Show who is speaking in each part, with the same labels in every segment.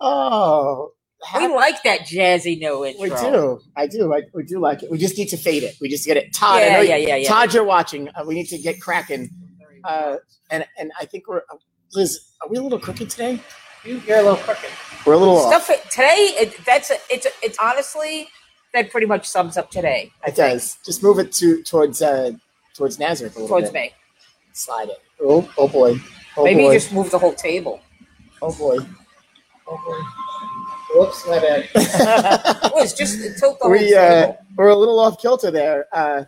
Speaker 1: Oh,
Speaker 2: We
Speaker 1: how-
Speaker 2: like that jazzy no intro.
Speaker 1: we do. I do. Like we do like it. We just need to fade it. We just get it. Todd, I
Speaker 2: Yeah,
Speaker 1: know you-
Speaker 2: yeah, yeah, yeah.
Speaker 1: Todd, you're watching. Uh, we need to get cracking. Uh, and and I think we're uh, Liz. Are we a little crooked today?
Speaker 3: You, you're a little crooked.
Speaker 1: We're a little off.
Speaker 2: Stuff it, today. It, that's a, it's a, it's honestly that pretty much sums up today. I
Speaker 1: It
Speaker 2: think
Speaker 1: does. Just move it to towards uh towards Nazareth a little
Speaker 2: towards
Speaker 1: bit.
Speaker 2: me.
Speaker 1: Slide it. Oh, oh boy. Oh
Speaker 2: Maybe
Speaker 1: boy.
Speaker 2: you just move the whole table.
Speaker 1: oh boy.
Speaker 3: Oh boy. Whoops, my bad.
Speaker 2: It was just tilt the whole
Speaker 1: we uh,
Speaker 2: table.
Speaker 1: we're a little off kilter there. Uh,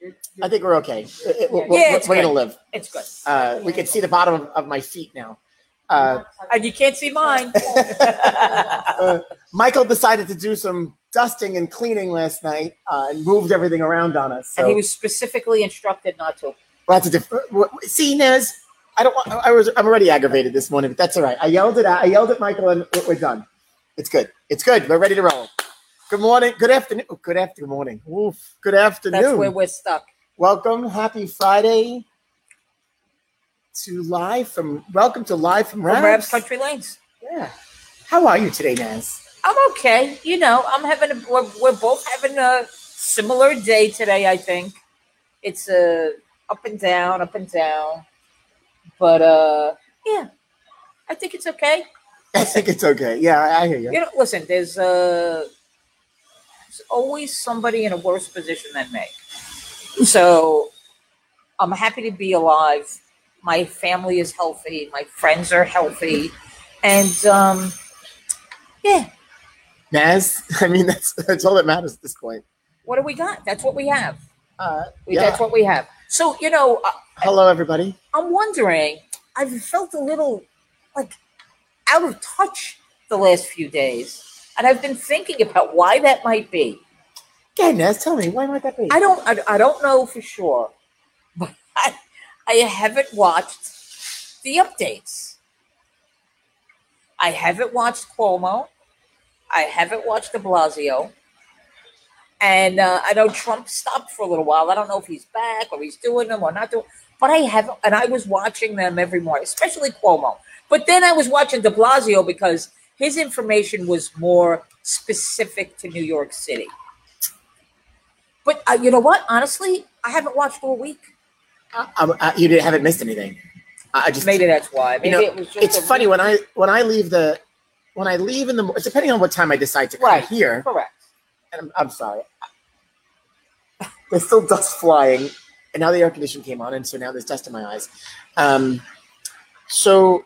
Speaker 3: You're-
Speaker 1: I think we're okay. It- it- we're,
Speaker 2: Yeah,
Speaker 1: we're-
Speaker 2: it's
Speaker 1: we're gonna
Speaker 2: good.
Speaker 1: live.
Speaker 2: It's good,
Speaker 1: Uh, we can see the bottom of, of my feet now. Uh,
Speaker 2: and you can't see mine.
Speaker 1: Uh, Michael decided to do some dusting and cleaning last night uh, and moved everything around on us. So
Speaker 2: And he was specifically instructed not to.
Speaker 1: lots of different. uh, See, Nez, I don't. want- I was. I'm already aggravated this morning, but that's all right. I yelled it. out. I yelled at Michael, and we're- we're done. It's good. It's good. We're ready to roll. Good morning. Good afternoon. oh, Good afternoon. Morning. Oof. Good afternoon.
Speaker 2: That's where we're stuck.
Speaker 1: Welcome. Happy Friday to live from. Welcome to live from
Speaker 2: From
Speaker 1: Rabs.
Speaker 2: Rab's Country Lanes.
Speaker 1: Yeah. How are you today, Naz?
Speaker 2: I'm okay. You know, I'm having a, we're, we're both having a similar day today, I think. It's uh, up and down, up and down. But uh yeah, I think it's okay.
Speaker 1: I think it's okay. Yeah, I I hear you.
Speaker 2: You know, listen, there's uh there's always somebody in a worse position than me. So I'm happy to be alive. My family is healthy, my friends are healthy, and um yeah,
Speaker 1: Naz, I mean, that's that's all that matters at this point.
Speaker 2: what do we got? That's what we have.
Speaker 1: Uh,
Speaker 2: We-
Speaker 1: yeah.
Speaker 2: That's what we have. So, you know, I,
Speaker 1: Hello, everybody.
Speaker 2: I'm wondering, I've felt a little like out of touch the last few days. And I've been thinking about why that might be.
Speaker 1: Okay, Naz, tell me, why might that be?
Speaker 2: I don't, I, I don't know for sure, but I, I haven't watched the updates. I haven't watched Cuomo. I haven't watched De Blasio. And uh, I know Trump stopped for a little while. I don't know if he's back or he's doing them or not doing. But I haven't, and I was watching them every morning, especially Cuomo. But then I was watching De Blasio because his information was more specific to New York City. But uh, you know what? Honestly, I haven't watched all week.
Speaker 1: I, I, I- Um, uh, you didn't, haven't missed anything. I, I just
Speaker 2: Maybe that's why. Maybe
Speaker 1: You know,
Speaker 2: it was just
Speaker 1: It's
Speaker 2: a-
Speaker 1: funny when I when I leave the when I leave in the mo- depending on what time I decide to come
Speaker 2: Right.
Speaker 1: here.
Speaker 2: Correct.
Speaker 1: And I'm, I'm sorry. There's still dust flying, and now the air conditioning came on, and so now there's dust in my eyes. Um, so,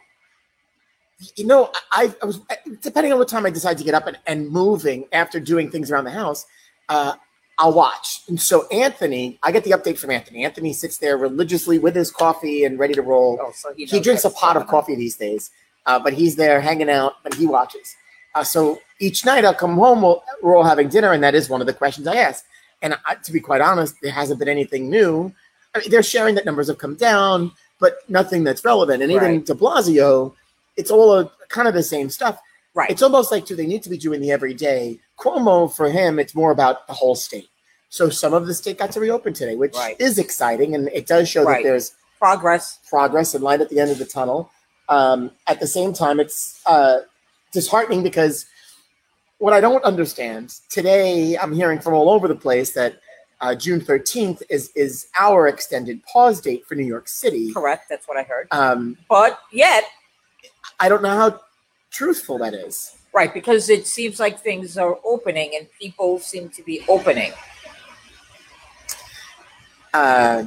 Speaker 1: you know, I, I was depending on what time I decide to get up and, and moving after doing things around the house, uh, I'll watch. And so Anthony, I get the update from Anthony. Anthony sits there religiously with his coffee and ready to roll
Speaker 2: Oh, so
Speaker 1: he
Speaker 2: knows
Speaker 1: drinks a
Speaker 2: that's
Speaker 1: pot of
Speaker 2: going on.
Speaker 1: coffee these days, uh, but he's there hanging out, but he watches. Uh, so each night I'll come home, we'll, we're all having dinner, and that is one of the questions I ask. And I, to be quite honest, there hasn't been anything new. I mean, they're sharing that numbers have come down, but nothing that's relevant. And even
Speaker 2: Right.
Speaker 1: De Blasio, it's all a, kind of the same stuff.
Speaker 2: Right.
Speaker 1: It's almost like do they need to be doing the everyday? Cuomo for him, it's more about the whole state. So some of the state got to reopen today, which
Speaker 2: Right.
Speaker 1: is exciting, and it does show
Speaker 2: Right.
Speaker 1: that there's
Speaker 2: Progress.
Speaker 1: progress and light at the end of the tunnel. Um, at the same time, it's uh, disheartening because what I don't understand today, I'm hearing from all over the place that uh, June 13th is is our extended pause date for New York City.
Speaker 2: Correct. That's what I heard.
Speaker 1: Um,
Speaker 2: But yet,
Speaker 1: I don't know how truthful that is.
Speaker 2: right, because it seems like things are opening and people seem to be opening.
Speaker 1: Uh,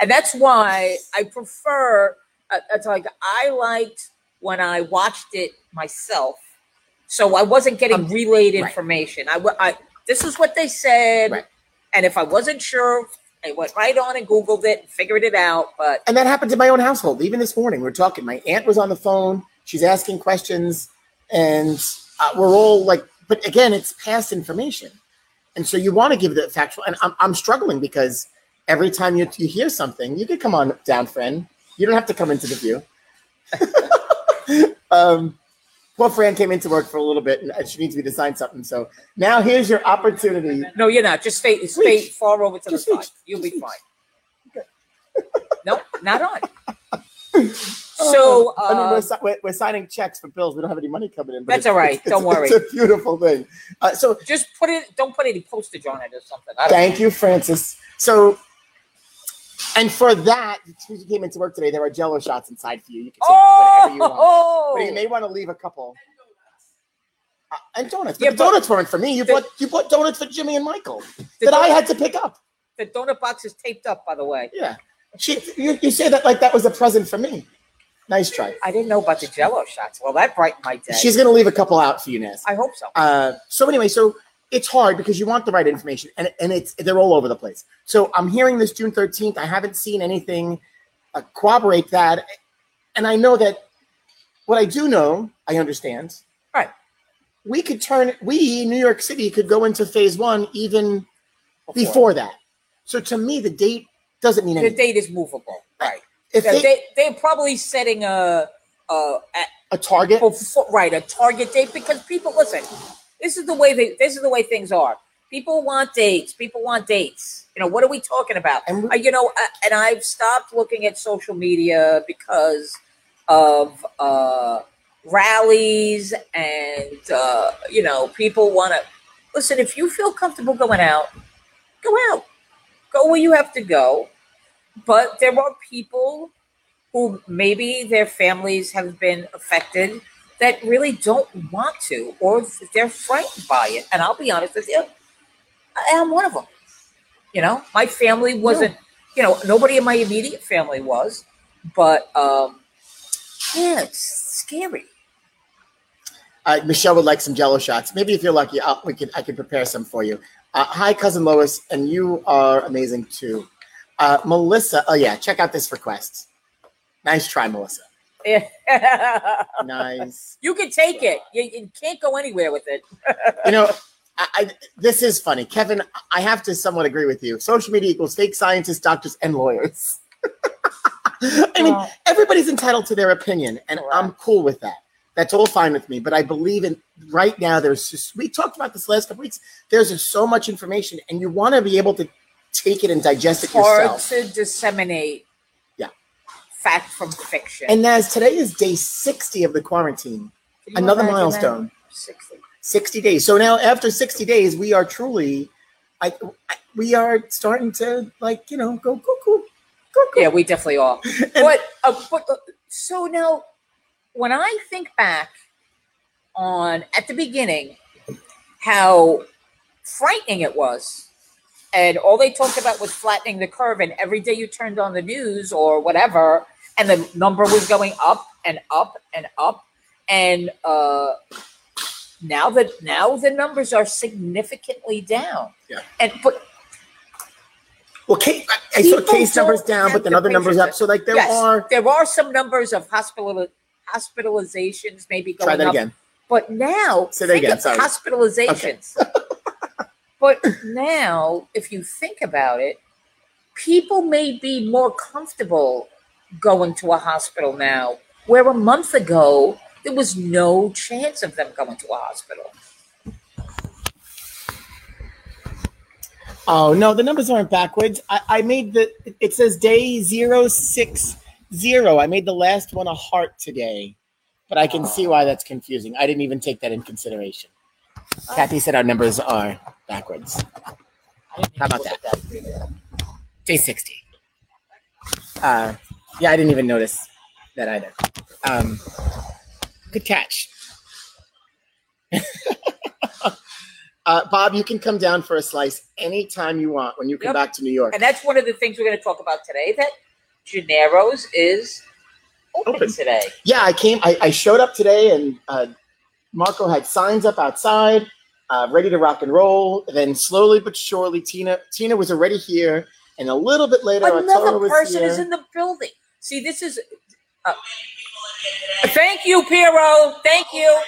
Speaker 2: And that's why I prefer, uh, it's like I liked when I watched it myself. So I wasn't getting
Speaker 1: Um,
Speaker 2: relayed
Speaker 1: right.
Speaker 2: information. I, wa- I this is what they said,
Speaker 1: Right.
Speaker 2: and if I wasn't sure, I went right on and Googled it, and figured it out. But
Speaker 1: and that happened in my own household. Even this morning, we're talking. My aunt was on the phone. She's asking questions, and uh, we're all like, but again, it's past information, and so you want to give the factual. And I'm, I'm struggling because every time you you hear something, you could come on down, friend. You don't have to come into the view. um, well, Fran came into work for a little bit, and she needs me to sign something. So now here's your opportunity.
Speaker 2: no, you're not. Just stay, stay
Speaker 1: Reach.
Speaker 2: far over to
Speaker 1: Just
Speaker 2: the side.
Speaker 1: reach.
Speaker 2: You'll
Speaker 1: Just
Speaker 2: be
Speaker 1: reach.
Speaker 2: fine. no, not on. So,
Speaker 1: I mean, we're,
Speaker 2: uh,
Speaker 1: si- we're, we're signing checks for bills. We don't have any money coming in. But
Speaker 2: That's
Speaker 1: it's-
Speaker 2: all right.
Speaker 1: it's- it's-
Speaker 2: Don't worry.
Speaker 1: It's a beautiful thing. Uh, so
Speaker 2: just put it, don't put any postage on it or something. I don't-
Speaker 1: Thank you, Francis. So, and for that, since you came into work today, there are jello shots inside for you. You can take whatever you want. But you
Speaker 2: Oh!
Speaker 1: may want to leave a couple. Uh, and donuts. But
Speaker 2: Yeah,
Speaker 1: the
Speaker 2: but-
Speaker 1: donuts weren't for me. You
Speaker 2: The-
Speaker 1: bought you bought donuts for Jimmy and Michael
Speaker 2: The
Speaker 1: that I
Speaker 2: donut-
Speaker 1: had to pick up.
Speaker 2: The donut box is taped up, by the way.
Speaker 1: Yeah. She, you, you say that like that was a present for me. Nice try.
Speaker 2: I didn't know about the jello shots. Well, that brightened my day.
Speaker 1: She's gonna leave a couple out for you, Naz.
Speaker 2: I hope so.
Speaker 1: Uh, so anyway, so it's hard because you want the right information, and and it's they're all over the place. So I'm hearing this June 13th. I haven't seen anything uh, corroborate that, and I know that what I do know, I understand.
Speaker 2: Right.
Speaker 1: We could turn we New York City could go into phase one even before, that. So to me, the date doesn't mean
Speaker 2: The
Speaker 1: anything.
Speaker 2: date is movable. Right.
Speaker 1: if
Speaker 2: Now,
Speaker 1: they,
Speaker 2: they, they're probably setting a, a, a
Speaker 1: a target,
Speaker 2: Well, for, right, a target date because people listen. This is the way they. This is the way things are. People want dates. People want dates. You know what are we talking about?
Speaker 1: And we-
Speaker 2: Uh, you know, uh, and I've stopped looking at social media because of uh, rallies and uh, you know people want to listen. If you feel comfortable going out, go out. Go where you have to go. But there are people who maybe their families have been affected that really don't want to or they're frightened by it. And I'll be honest with you, I am one of them. You know, my family wasn't, you know, nobody in my immediate family was, but um, yeah, it's scary.
Speaker 1: Uh, Michelle would like some Jello shots. Maybe if you're lucky, I'll, we can I can prepare some for you. Uh, hi, cousin Lois, and you are amazing too. Uh, Melissa, oh yeah, check out this request. Nice try, Melissa.
Speaker 2: you
Speaker 1: Nice.
Speaker 2: can take it. You, you can't go anywhere with it.
Speaker 1: you know, I, I this is funny, Kevin. I have to somewhat agree with you. Social media equals fake scientists, doctors, and lawyers. I mean,
Speaker 2: Well-
Speaker 1: everybody's entitled to their opinion, and I'm cool with that. That's all fine with me. But I believe in right now. There's just, we talked about this last couple weeks. There's just so much information, and you want to be able to take it and digest it
Speaker 2: Hard
Speaker 1: yourself.
Speaker 2: to disseminate
Speaker 1: Yeah.
Speaker 2: fact from fiction.
Speaker 1: And as today is day 60 of the quarantine,
Speaker 2: Can you
Speaker 1: another
Speaker 2: imagine that?
Speaker 1: milestone.
Speaker 2: 60.
Speaker 1: 60 days. So now after 60 days, we are truly, I, I we are starting to like, you know, go cuckoo, cuckoo.
Speaker 2: Yeah, we definitely are. but, uh, but uh, so now, when I think back on at the beginning, how frightening it was, and all they talked about was flattening the curve, and every day you turned on the news or whatever, and the number was going up and up and up, and uh, now that now the numbers are significantly down.
Speaker 1: Yeah.
Speaker 2: and but
Speaker 1: Well, case, I saw
Speaker 2: People
Speaker 1: case numbers
Speaker 2: don't
Speaker 1: down,
Speaker 2: have
Speaker 1: but then
Speaker 2: the
Speaker 1: other numbers
Speaker 2: pictures.
Speaker 1: up. So like there
Speaker 2: yes,
Speaker 1: are,
Speaker 2: there are some numbers of hospital hospitalizations maybe going
Speaker 1: try that
Speaker 2: up.
Speaker 1: again.
Speaker 2: But now,
Speaker 1: Say that
Speaker 2: think
Speaker 1: again,
Speaker 2: of
Speaker 1: sorry.
Speaker 2: hospitalizations. but now, if you think about it, people may be more comfortable going to a hospital now, where a month ago there was no chance of them going to a hospital.
Speaker 1: Oh no, the numbers aren't backwards. I, I made the, it says day zero six zero. I made the last one a heart today, but I can see why that's confusing. I didn't even take that in consideration. Kathy said our numbers are backwards. How about that? Day 60. Uh, yeah, I didn't even notice that either. Um, good catch. uh, Bob, you can come down for a slice anytime you want when you come
Speaker 2: Yep.
Speaker 1: back to New York.
Speaker 2: And that's one of the things we're going to talk about today. That Gennaro's is open,
Speaker 1: Open.
Speaker 2: today.
Speaker 1: yeah, I came. I, I showed up today, and uh, Marco had signs up outside, uh, ready to rock and roll. Then slowly but surely, Tina Tina was already here, and a little bit later, Arturo
Speaker 2: Another
Speaker 1: was
Speaker 2: person
Speaker 1: here.
Speaker 2: is in the building. See, this is. Uh, thank you, Piero. Thank you.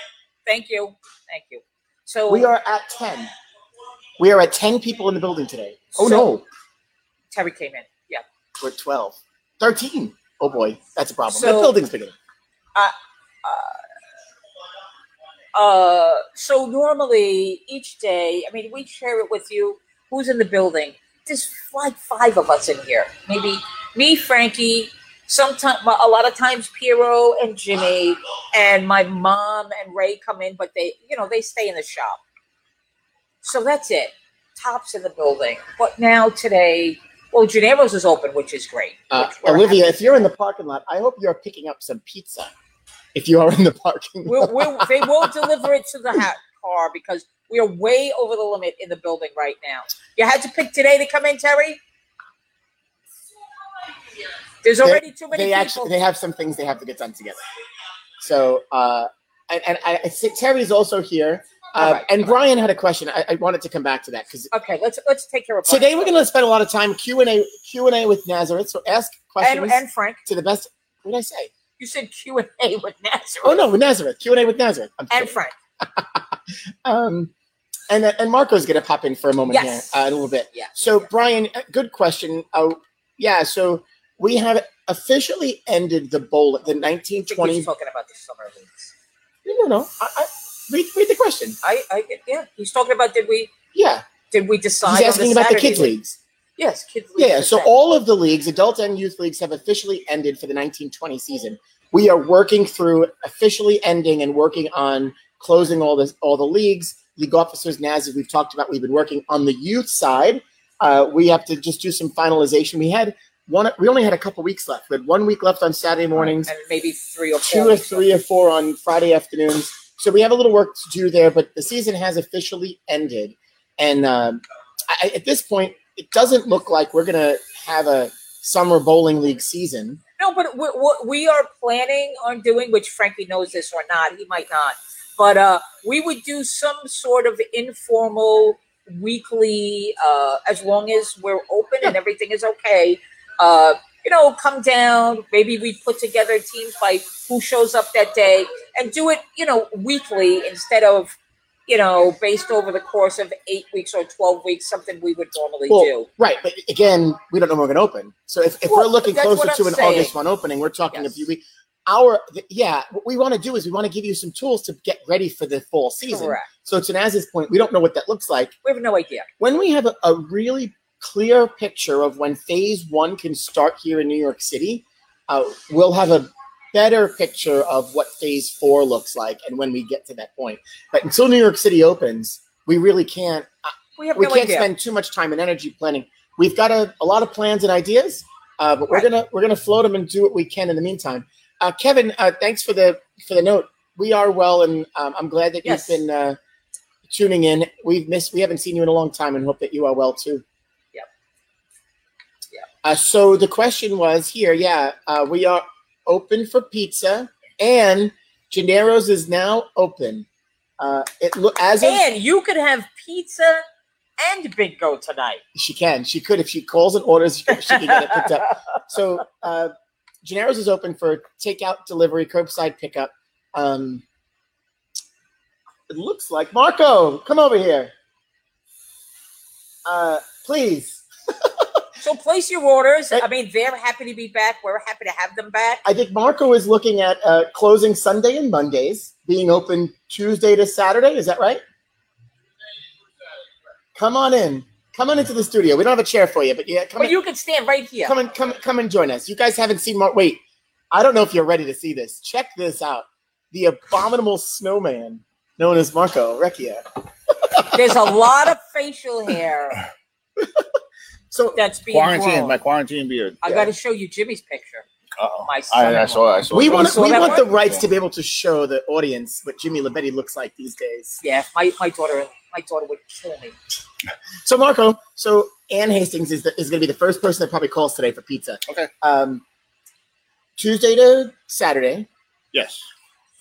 Speaker 2: Thank you. Thank you. So
Speaker 1: we are at ten. We are at ten people in the building today. Oh
Speaker 2: So-
Speaker 1: no,
Speaker 2: Terry came in. Yeah.
Speaker 1: we're 12. 13. Oh boy, that's a problem.
Speaker 2: So-
Speaker 1: that building's bigger.
Speaker 2: Uh, so normally each day, I mean, we share it with you. Who's in the building? There's like five of us in here. Maybe me, Frankie, Sometimes, a lot of times, Piero and Jimmy and my mom and Ray come in, but they, you know, they stay in the shop. So that's it. Tops in the building. But now today, well, Gennaro's is open, which is great.
Speaker 1: Uh,
Speaker 2: which we're
Speaker 1: Olivia, if you're in the parking lot, I hope you're picking up some pizza. If you are in the parking lot,
Speaker 2: We'll, we'll, they will deliver it to the ha- car because we are way over the limit in the building right now. You had to pick today to come in, Terry? There's already too many
Speaker 1: they
Speaker 2: people.
Speaker 1: actually they have some things they have to get done together. So, uh, and, and I, I see Terry's also here.
Speaker 2: All
Speaker 1: Uh,
Speaker 2: right,
Speaker 1: and
Speaker 2: all right.
Speaker 1: Brian had a question. I, I wanted to come back to that because
Speaker 2: Okay, let's let's take care of
Speaker 1: today
Speaker 2: Brian.
Speaker 1: we're going to spend a lot of time Q and A Q and A with Nazareth. So ask questions
Speaker 2: and, and Frank.
Speaker 1: to the best. What did I say?
Speaker 2: You said Q and A with Nazareth.
Speaker 1: Oh no, with Nazareth Q and A with Nazareth. I'm
Speaker 2: And
Speaker 1: kidding.
Speaker 2: Frank.
Speaker 1: Um, and and Marco's going to pop in for a moment
Speaker 2: Yes.
Speaker 1: here uh, in a little bit.
Speaker 2: Yeah.
Speaker 1: So Brian, uh, good question. Oh yeah, so we have officially ended the bowl the nineteen
Speaker 2: I think
Speaker 1: twenty.
Speaker 2: He's talking about the summer leagues.
Speaker 1: No, no, no. I, I, read read the question.
Speaker 2: I, I yeah. He's talking about did we
Speaker 1: Yeah,
Speaker 2: did we decide?
Speaker 1: he's asking
Speaker 2: on
Speaker 1: about the
Speaker 2: Saturday
Speaker 1: kids
Speaker 2: league?
Speaker 1: leagues.
Speaker 2: Yes, kids league.
Speaker 1: Yeah, so all of the leagues, adult and youth leagues, have officially ended for the 1920 season. We are working through officially ending and working on closing all the all the leagues. League officers, NAS, as we've talked about, we've been working on the youth side. Uh, we have to just do some finalization. We had one. We only had a couple weeks left. We had one week left on Saturday mornings
Speaker 2: and maybe three or four.
Speaker 1: two or three or four on Friday afternoons. So we have a little work to do there, but the season has officially ended, and um, I, I- at this point, it doesn't look like we're gonna have a summer bowling league season.
Speaker 2: No, but what, what we are planning on doing, which Frankie knows this or not, he might not, but uh, we would do some sort of informal weekly, uh, as long as we're open and everything is okay. Uh, you know, come down. Maybe we put together teams by who shows up that day and do it, you know, weekly instead of, you know, based over the course of eight weeks or 12 weeks, something we would normally
Speaker 1: Well,
Speaker 2: do.
Speaker 1: Right, but again, we don't know when we're gonna open. So if, if
Speaker 2: Well,
Speaker 1: we're looking
Speaker 2: that's
Speaker 1: closer
Speaker 2: what
Speaker 1: to
Speaker 2: I'm
Speaker 1: an
Speaker 2: saying.
Speaker 1: August one opening, we're talking
Speaker 2: Yes.
Speaker 1: a few weeks. Our th- yeah, what we want to do is we want to give you some tools to get ready for the fall season.
Speaker 2: Correct.
Speaker 1: So to Naz's point, we don't know what that looks like.
Speaker 2: We have no idea.
Speaker 1: when we have a, a really clear picture of when phase one can start here in New York City, uh, we'll have a better picture of what phase four looks like and when we get to that point. But until New York City opens, we really can't.
Speaker 2: We have
Speaker 1: We
Speaker 2: no
Speaker 1: can't
Speaker 2: idea.
Speaker 1: spend too much time and energy planning. We've got a, a lot of plans and ideas, uh, but we're
Speaker 2: Right.
Speaker 1: gonna we're gonna float them and do what we can in the meantime. Uh, Kevin, uh, thanks for the for the note. We are well, and um, I'm glad that
Speaker 2: Yes.
Speaker 1: you've been uh, tuning in. We've missed we haven't seen you in a long time, and hope that you are well too.
Speaker 2: Yep. Yep.
Speaker 1: Uh, so the question was here. Yeah, uh, we are open for pizza, and Gennaro's is now open. Uh, it look as of
Speaker 2: And you could have pizza and bingo tonight.
Speaker 1: She can. She could if she calls and orders. She could, she could get it picked up. So, uh, Gennaro's is open for takeout, delivery, curbside pickup. Um, it looks like Marco, come over here, uh, please.
Speaker 2: So place your orders.
Speaker 1: Right.
Speaker 2: I mean, they're happy to be back. We're happy to have them back.
Speaker 1: I think Marco is looking at uh, closing Sunday and Mondays, being open Tuesday to Saturday. Is that right? Come on in. Come on into the studio. We don't have a chair for you, but yeah, come
Speaker 2: But
Speaker 1: in.
Speaker 2: you can stand right here.
Speaker 1: Come and come come and join us. You guys haven't seen Mark. Wait, I don't know if you're ready to see this. Check this out. The abominable snowman known as Marco Recchia.
Speaker 2: There's a lot of facial hair
Speaker 1: So
Speaker 2: that's being
Speaker 4: Quarantine,
Speaker 2: grown.
Speaker 4: my quarantine beard.
Speaker 2: I got to show you Jimmy's picture.
Speaker 4: Uh-oh.
Speaker 2: My
Speaker 4: I, I
Speaker 2: son-in-law.
Speaker 4: saw. I saw.
Speaker 1: we want
Speaker 2: saw
Speaker 1: we
Speaker 2: that
Speaker 1: want the
Speaker 2: one?
Speaker 1: rights to be able to show the audience what Jimmy Labetti looks like these days.
Speaker 2: Yeah, my, my daughter my daughter would kill me.
Speaker 1: So Marco, so Ann Hastings is the, is going to be the first person that probably calls today for pizza.
Speaker 4: Okay.
Speaker 1: Um, Tuesday to Saturday,
Speaker 4: Yes,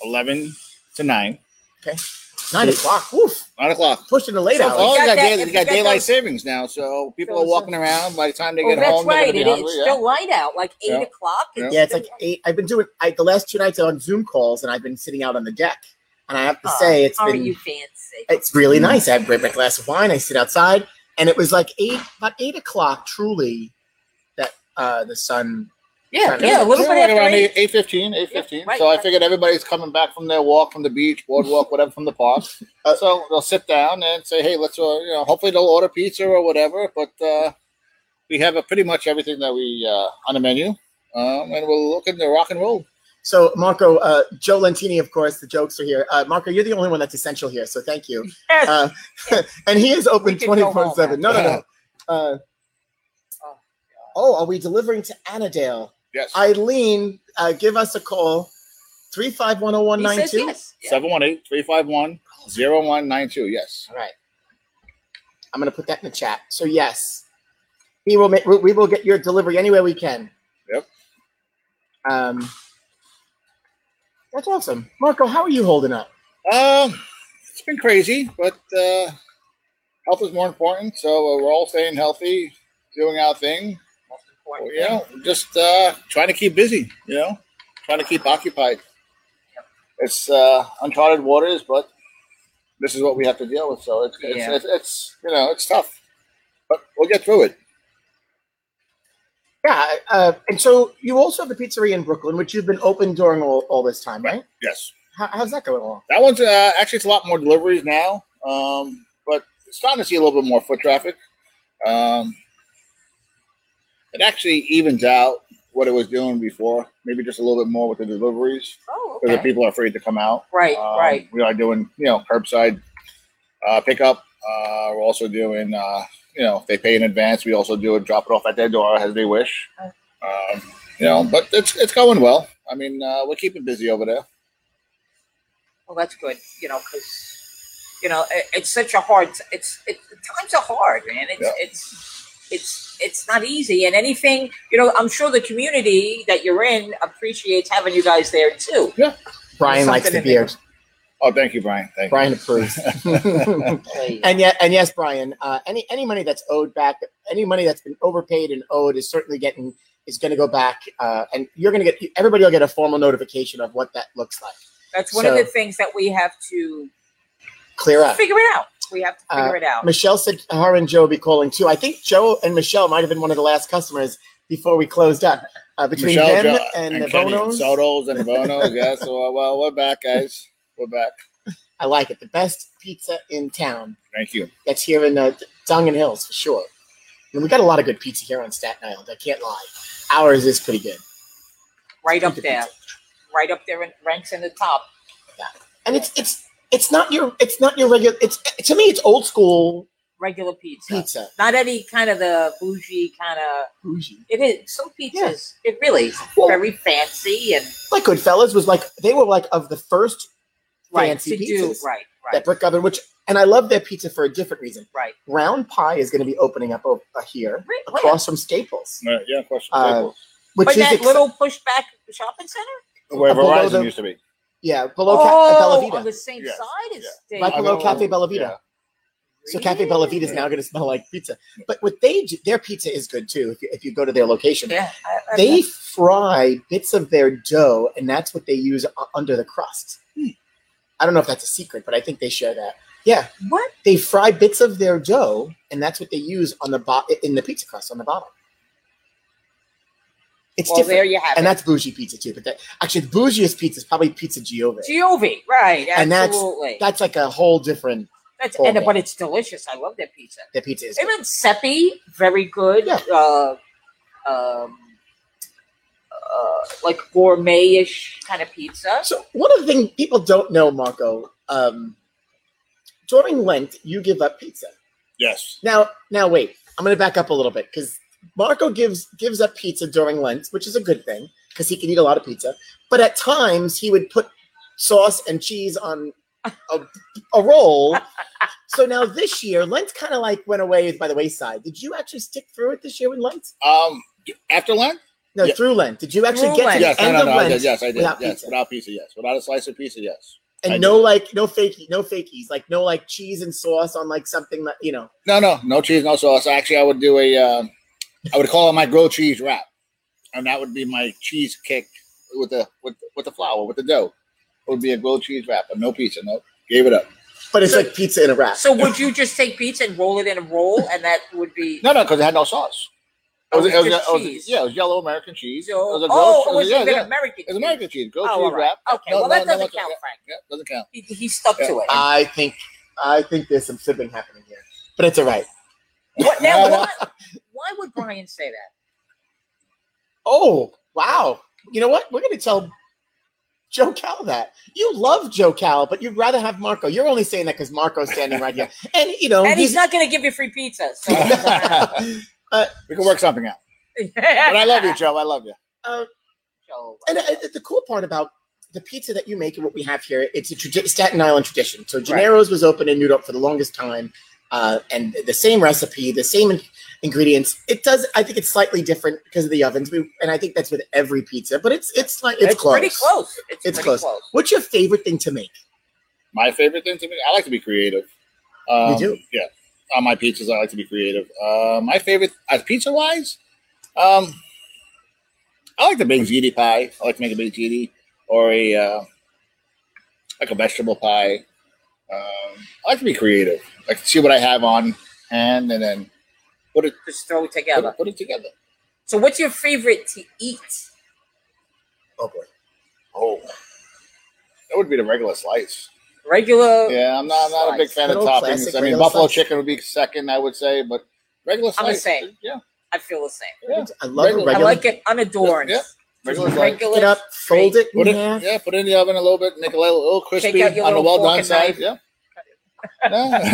Speaker 4: eleven to nine,
Speaker 1: nine
Speaker 4: Six.
Speaker 1: o'clock. Woof,
Speaker 4: nine o'clock.
Speaker 1: pushing the late
Speaker 4: So
Speaker 1: hours.
Speaker 4: all
Speaker 2: If you got
Speaker 4: got,
Speaker 2: that-
Speaker 4: day,
Speaker 2: if
Speaker 4: they
Speaker 2: you
Speaker 4: got
Speaker 2: got
Speaker 4: daylight
Speaker 2: those-
Speaker 4: savings now, so people
Speaker 2: So
Speaker 4: are
Speaker 2: it's
Speaker 4: walking
Speaker 2: a-
Speaker 4: around. By the time they
Speaker 2: Oh,
Speaker 4: get
Speaker 2: that's
Speaker 4: home, they're
Speaker 2: right.
Speaker 4: gonna be
Speaker 2: It,
Speaker 4: hungry.
Speaker 2: it's
Speaker 4: yeah.
Speaker 2: still light out, like 8
Speaker 4: Yeah.
Speaker 2: o'clock.
Speaker 1: Yeah, it's like eight. I've been doing I, the last two nights on Zoom calls, and I've been sitting out on the deck. And I have to say, it's
Speaker 2: How
Speaker 1: been
Speaker 2: are you fancy?
Speaker 1: it's really nice. I have a great big glass of wine. I sit outside, and it was like eight about eight o'clock. Truly, that uh, the sun.
Speaker 2: Yeah,
Speaker 1: Kinda
Speaker 2: yeah, a
Speaker 1: like-
Speaker 2: little bit
Speaker 4: Yeah, like
Speaker 2: after
Speaker 4: around
Speaker 2: eight.
Speaker 4: eight, eight fifteen, eight fifteen.
Speaker 2: Yeah, right,
Speaker 4: so I
Speaker 2: right.
Speaker 4: figured everybody's coming back from their walk from the beach, boardwalk, whatever, from the park.
Speaker 1: Uh,
Speaker 4: so they'll sit down and say, "Hey, let's," uh, you know, hopefully they'll order pizza or whatever. But uh, we have uh, pretty much everything that we uh, on the menu. um, and we'll look into rock and roll.
Speaker 1: So Marco, uh, Joe Lentini, of course, the jokes are here. Uh, Marco, you're the only one that's essential here, so thank you.
Speaker 2: Yes.
Speaker 1: Uh, and he is open
Speaker 2: We could go
Speaker 1: 24 7. No, no, no.
Speaker 4: home.
Speaker 1: Uh, oh, are we delivering to Annadale?
Speaker 4: Yes.
Speaker 1: Eileen, uh, give us a call 351
Speaker 2: He says
Speaker 1: 0192.
Speaker 2: yes. Yeah.
Speaker 4: 718 351 0192. Yes.
Speaker 1: All right. I'm going to put that in the chat. So, yes, we will, make, we will get your delivery anywhere we can.
Speaker 4: Yep.
Speaker 1: Um, that's awesome. Marco, how are you holding up?
Speaker 4: Um, it's been crazy, but uh, health is more important. So uh, we're all staying healthy, doing our thing.
Speaker 3: Most
Speaker 4: Well,
Speaker 3: important.
Speaker 4: you know, just uh, trying to keep busy. You know, trying to keep occupied. It's uh, uncharted waters, but this is what we have to deal with. So it's it's,
Speaker 2: Yeah.
Speaker 4: it's, it's you know it's tough, but we'll get through it.
Speaker 1: Yeah, uh, and so you also have the pizzeria in Brooklyn, which you've been open during all, all this time, right?
Speaker 4: Yes,
Speaker 1: How, how's that going along?
Speaker 4: that one's uh, actually it's a lot more deliveries now, um, but it's starting to see a little bit more foot traffic. Um, it actually evens out what it was doing before, maybe just a little bit more with the deliveries
Speaker 2: Oh,
Speaker 4: because the
Speaker 2: okay.
Speaker 4: people are afraid to come out.
Speaker 2: Right,
Speaker 4: Um,
Speaker 2: right.
Speaker 4: We are doing, you know, curbside uh, pickup. Uh, we're also doing, uh, you know, if they pay in advance, we also do it, drop it off at their door as they wish. Um, you know, but it's it's going well. I mean, uh, we're keeping busy over there.
Speaker 2: Well, that's good. You know, because you know it, it's such a hard. It's it times are hard, man. It's
Speaker 4: Yeah.
Speaker 2: it's it's it's not easy. And anything, you know, I'm sure the community that you're in appreciates having you guys there too.
Speaker 1: Brian likes the
Speaker 2: something in there.
Speaker 1: beard.
Speaker 4: Oh, thank you, Brian. Thank
Speaker 1: Brian approves. and yet, and yes, Brian. Uh, any any money that's owed back, any money that's been overpaid and owed, is certainly getting is going to go back, uh, and you're going to get everybody will get a formal notification of what that looks like.
Speaker 2: That's one of
Speaker 1: So-
Speaker 2: the things that we have to
Speaker 1: Clear up.
Speaker 2: figure it out. We have to figure it out.
Speaker 1: Michelle said her and Joe be calling too. I think Joe and Michelle might have been one of the last customers before we closed up. Uh,
Speaker 4: you.
Speaker 1: between them
Speaker 4: Jo-
Speaker 1: and, the
Speaker 4: Kenny
Speaker 1: Bonos,
Speaker 4: Sotos and the Bonos. yeah, so uh, well, we're back, guys. We're back.
Speaker 1: I like it. The best pizza in town.
Speaker 4: Thank you.
Speaker 1: that's here in uh, Dongan Hills for sure. And we got a lot of good pizza here on Staten Island. I can't lie. Ours is pretty good,
Speaker 2: right up
Speaker 1: Pizza,
Speaker 2: there, right up there, in, ranks in the top.
Speaker 1: and it's it's it's not your it's not your regular. It's to me it's old school
Speaker 2: Regular pizza.
Speaker 1: pizza.
Speaker 2: Not any kind of the bougie kind of.
Speaker 1: Bougie.
Speaker 2: It is some pizzas. It really is
Speaker 1: Well-
Speaker 2: very fancy and
Speaker 1: Like Goodfellas was like they were like of the first
Speaker 2: right
Speaker 1: Fancy
Speaker 2: to
Speaker 1: pizzas.
Speaker 2: do right,
Speaker 1: that
Speaker 2: right,
Speaker 1: brick oven, which and I love their pizza for a different reason.
Speaker 2: right.
Speaker 1: Round Pie is going to be opening up over here
Speaker 2: Right, right.
Speaker 1: across from Staples,
Speaker 4: Uh, yeah, question.
Speaker 1: Uh, which
Speaker 2: but
Speaker 1: is
Speaker 2: that
Speaker 1: ex-
Speaker 2: little pushback shopping center?
Speaker 4: Where
Speaker 1: below
Speaker 4: Verizon
Speaker 1: the-
Speaker 4: used to be.
Speaker 1: yeah below Ca- uh,
Speaker 2: oh,
Speaker 1: Bella
Speaker 2: on the Oh.
Speaker 1: Vita,
Speaker 2: same
Speaker 4: Yes,
Speaker 2: side as
Speaker 4: yeah.
Speaker 1: right
Speaker 4: I
Speaker 1: below
Speaker 4: know,
Speaker 1: Cafe Bella Vita.
Speaker 4: yeah.
Speaker 1: So Cafe Bella Vita is now going to smell like pizza. But what they do, their pizza is good too. If you, if you go to their location,
Speaker 2: Yeah, I- I-
Speaker 1: they fry bits of their dough, and that's what they use u- under the crust.
Speaker 2: Hmm.
Speaker 1: I don't know if that's a secret, but I think they share that.
Speaker 2: what?
Speaker 1: They fry bits of their dough, and that's what they use on the bo- in the pizza crust on the bottom. It's
Speaker 2: Well, there
Speaker 1: different,
Speaker 2: you have
Speaker 1: and
Speaker 2: it.
Speaker 1: that's bougie pizza too. But that actually, the bougiest pizza is probably Pizza Giove.
Speaker 2: Giove, right?
Speaker 1: And that's-
Speaker 2: Absolutely.
Speaker 1: That's like a whole different.
Speaker 2: that's
Speaker 1: cool.
Speaker 2: and but it's delicious. I love their pizza.
Speaker 1: Their pizza is.
Speaker 2: Even Seppi, very good.
Speaker 1: Yeah.
Speaker 2: Uh, um, uh, like gourmet-ish kind of pizza.
Speaker 1: So one of the things people don't know, Marco, um, during Lent you give up pizza.
Speaker 4: Yes.
Speaker 1: Now, now wait, I'm going to back up a little bit because Marco gives gives up pizza during Lent, which is a good thing because he can eat a lot of pizza. But at times he would put sauce and cheese on a, a roll. So now this year, Lent kind of like went away by the wayside. Did you actually stick through it this year with Lent?
Speaker 4: Um, after Lent.
Speaker 1: No,
Speaker 4: Yeah.
Speaker 1: through Lent. Did you actually
Speaker 2: Through
Speaker 1: get to
Speaker 2: Lent.
Speaker 1: the
Speaker 4: Yes, no,
Speaker 1: end
Speaker 4: no,
Speaker 1: of
Speaker 4: no, I
Speaker 1: Lent
Speaker 4: did. Yes, I did.
Speaker 1: without
Speaker 4: yes,
Speaker 1: pizza?
Speaker 4: without pizza. Yes, without a slice of pizza. Yes.
Speaker 1: and
Speaker 4: I
Speaker 1: no like no fakey, no fakies, like no like cheese and sauce on like something that you know.
Speaker 4: No, no, no cheese, no sauce. Actually, I would do a, uh, I would call it my grilled cheese wrap, and that would be my cheese kick with the with with the flour with the dough. It would be a grilled cheese wrap, but no pizza. No, gave it up.
Speaker 1: But it's
Speaker 2: So-
Speaker 1: like pizza in a wrap.
Speaker 2: So would you just take pizza and roll it in a roll, and that would be
Speaker 4: No, no, because it had no sauce.
Speaker 2: Oh, it was
Speaker 4: it
Speaker 2: just
Speaker 4: was-
Speaker 2: cheese.
Speaker 4: Yeah, it was yellow American cheese. It was a grilled,
Speaker 2: oh, it
Speaker 4: it
Speaker 2: was
Speaker 4: yeah,
Speaker 2: even
Speaker 4: yeah.
Speaker 2: American.
Speaker 4: It was American cheese, grilled
Speaker 2: Oh, all
Speaker 4: cheese
Speaker 2: right.
Speaker 4: wrap.
Speaker 2: Okay, well that doesn't count, Frank.
Speaker 4: Yeah, doesn't count.
Speaker 2: He, he stuck to it.
Speaker 4: Uh,
Speaker 1: I think I think there's some fibbing happening here, but it's all right.
Speaker 2: What, now,
Speaker 4: No, no.
Speaker 2: why, why would Brian say that?
Speaker 1: Oh, wow. You know what? We're going to tell Joe Cal that. You love Joe Cal, but you'd rather have Marco. You're only saying that because Marco's standing right here. And, you know,
Speaker 2: And he's not going to give you free pizza. So it doesn't matter.
Speaker 4: we can work something out. But I love you, Joe. I love you.
Speaker 1: and uh, the cool part about the pizza that you make and what we have here, it's a tradi- Staten Island tradition. So Gennaro's was open in New York for the longest time, uh, and the same recipe, the same in- ingredients. It does. I think it's slightly different because of the ovens, we, and I think that's with every pizza. But it's it's like it's, close.
Speaker 2: pretty close. It's,
Speaker 1: It's
Speaker 2: pretty
Speaker 1: close. What's your favorite thing to make?
Speaker 4: my favorite thing to make. I like to be creative. Um,
Speaker 1: do?
Speaker 4: Yeah. On my pizzas, I like to be creative. Uh, my favorite, as pizza wise, um, I like to make ziti pie. I like to make a baked ziti or a uh, like a vegetable pie. Um, I like to be creative. Like see what I have on hand and then put it
Speaker 2: Just throw it
Speaker 4: put
Speaker 2: together.
Speaker 4: it, put it together.
Speaker 2: So what's your favorite to eat?
Speaker 1: Oh boy.
Speaker 4: Oh, that would be the regular slice.
Speaker 2: Regular.
Speaker 4: Yeah, I'm not, I'm not a big fan of
Speaker 1: Good old
Speaker 4: toppings.
Speaker 1: classic
Speaker 4: I mean,
Speaker 1: regular
Speaker 4: buffalo
Speaker 1: slice.
Speaker 4: chicken would be second, I would say, but regular
Speaker 2: I'm the
Speaker 4: slice.
Speaker 2: same.
Speaker 4: Yeah,
Speaker 2: I feel the same.
Speaker 4: yeah.
Speaker 1: I love a
Speaker 2: I
Speaker 4: Regular- I
Speaker 1: regular.
Speaker 2: like it unadorned.
Speaker 4: Yeah,
Speaker 2: Just
Speaker 4: Regular slice.
Speaker 2: regular.
Speaker 1: Pick it up, fold it,
Speaker 4: Put
Speaker 1: in
Speaker 4: it,
Speaker 1: half.
Speaker 4: yeah, put it in the oven a little bit, make it a little, little crispy
Speaker 2: out your
Speaker 4: on the
Speaker 2: little
Speaker 4: well
Speaker 2: fork
Speaker 4: done
Speaker 2: and knife.
Speaker 4: side. Yeah.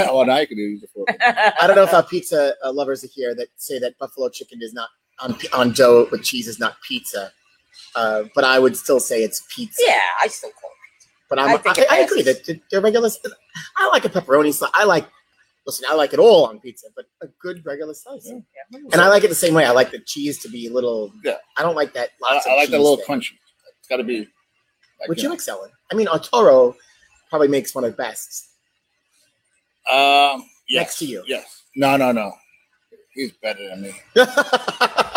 Speaker 4: no, well, now you can use the fork.
Speaker 1: I don't know if our pizza uh, lovers are here that say that buffalo chicken is not on on dough with cheese is not pizza, uh, but I would still say it's pizza.
Speaker 2: yeah, I still call it.
Speaker 1: But I'm, I,
Speaker 2: I think it
Speaker 1: I agree
Speaker 2: passes.
Speaker 1: that the, the regular. I like a pepperoni slice. I like listen. I like it all on pizza, but a good regular slice.
Speaker 4: Yeah.
Speaker 1: And I like it the same way. I like the cheese to be a little.
Speaker 4: Yeah.
Speaker 1: I don't like that.
Speaker 4: I,
Speaker 1: Lots
Speaker 4: I
Speaker 1: of
Speaker 4: like that
Speaker 1: cheese
Speaker 4: little
Speaker 1: thing.
Speaker 4: crunchy. It's got to be. Like,
Speaker 1: Which
Speaker 4: you
Speaker 1: you
Speaker 4: know.
Speaker 1: excel in. I mean, Arturo probably makes one of the best.
Speaker 4: Um, yes.
Speaker 1: Next to you.
Speaker 4: Yes. No, no, no. He's better than me.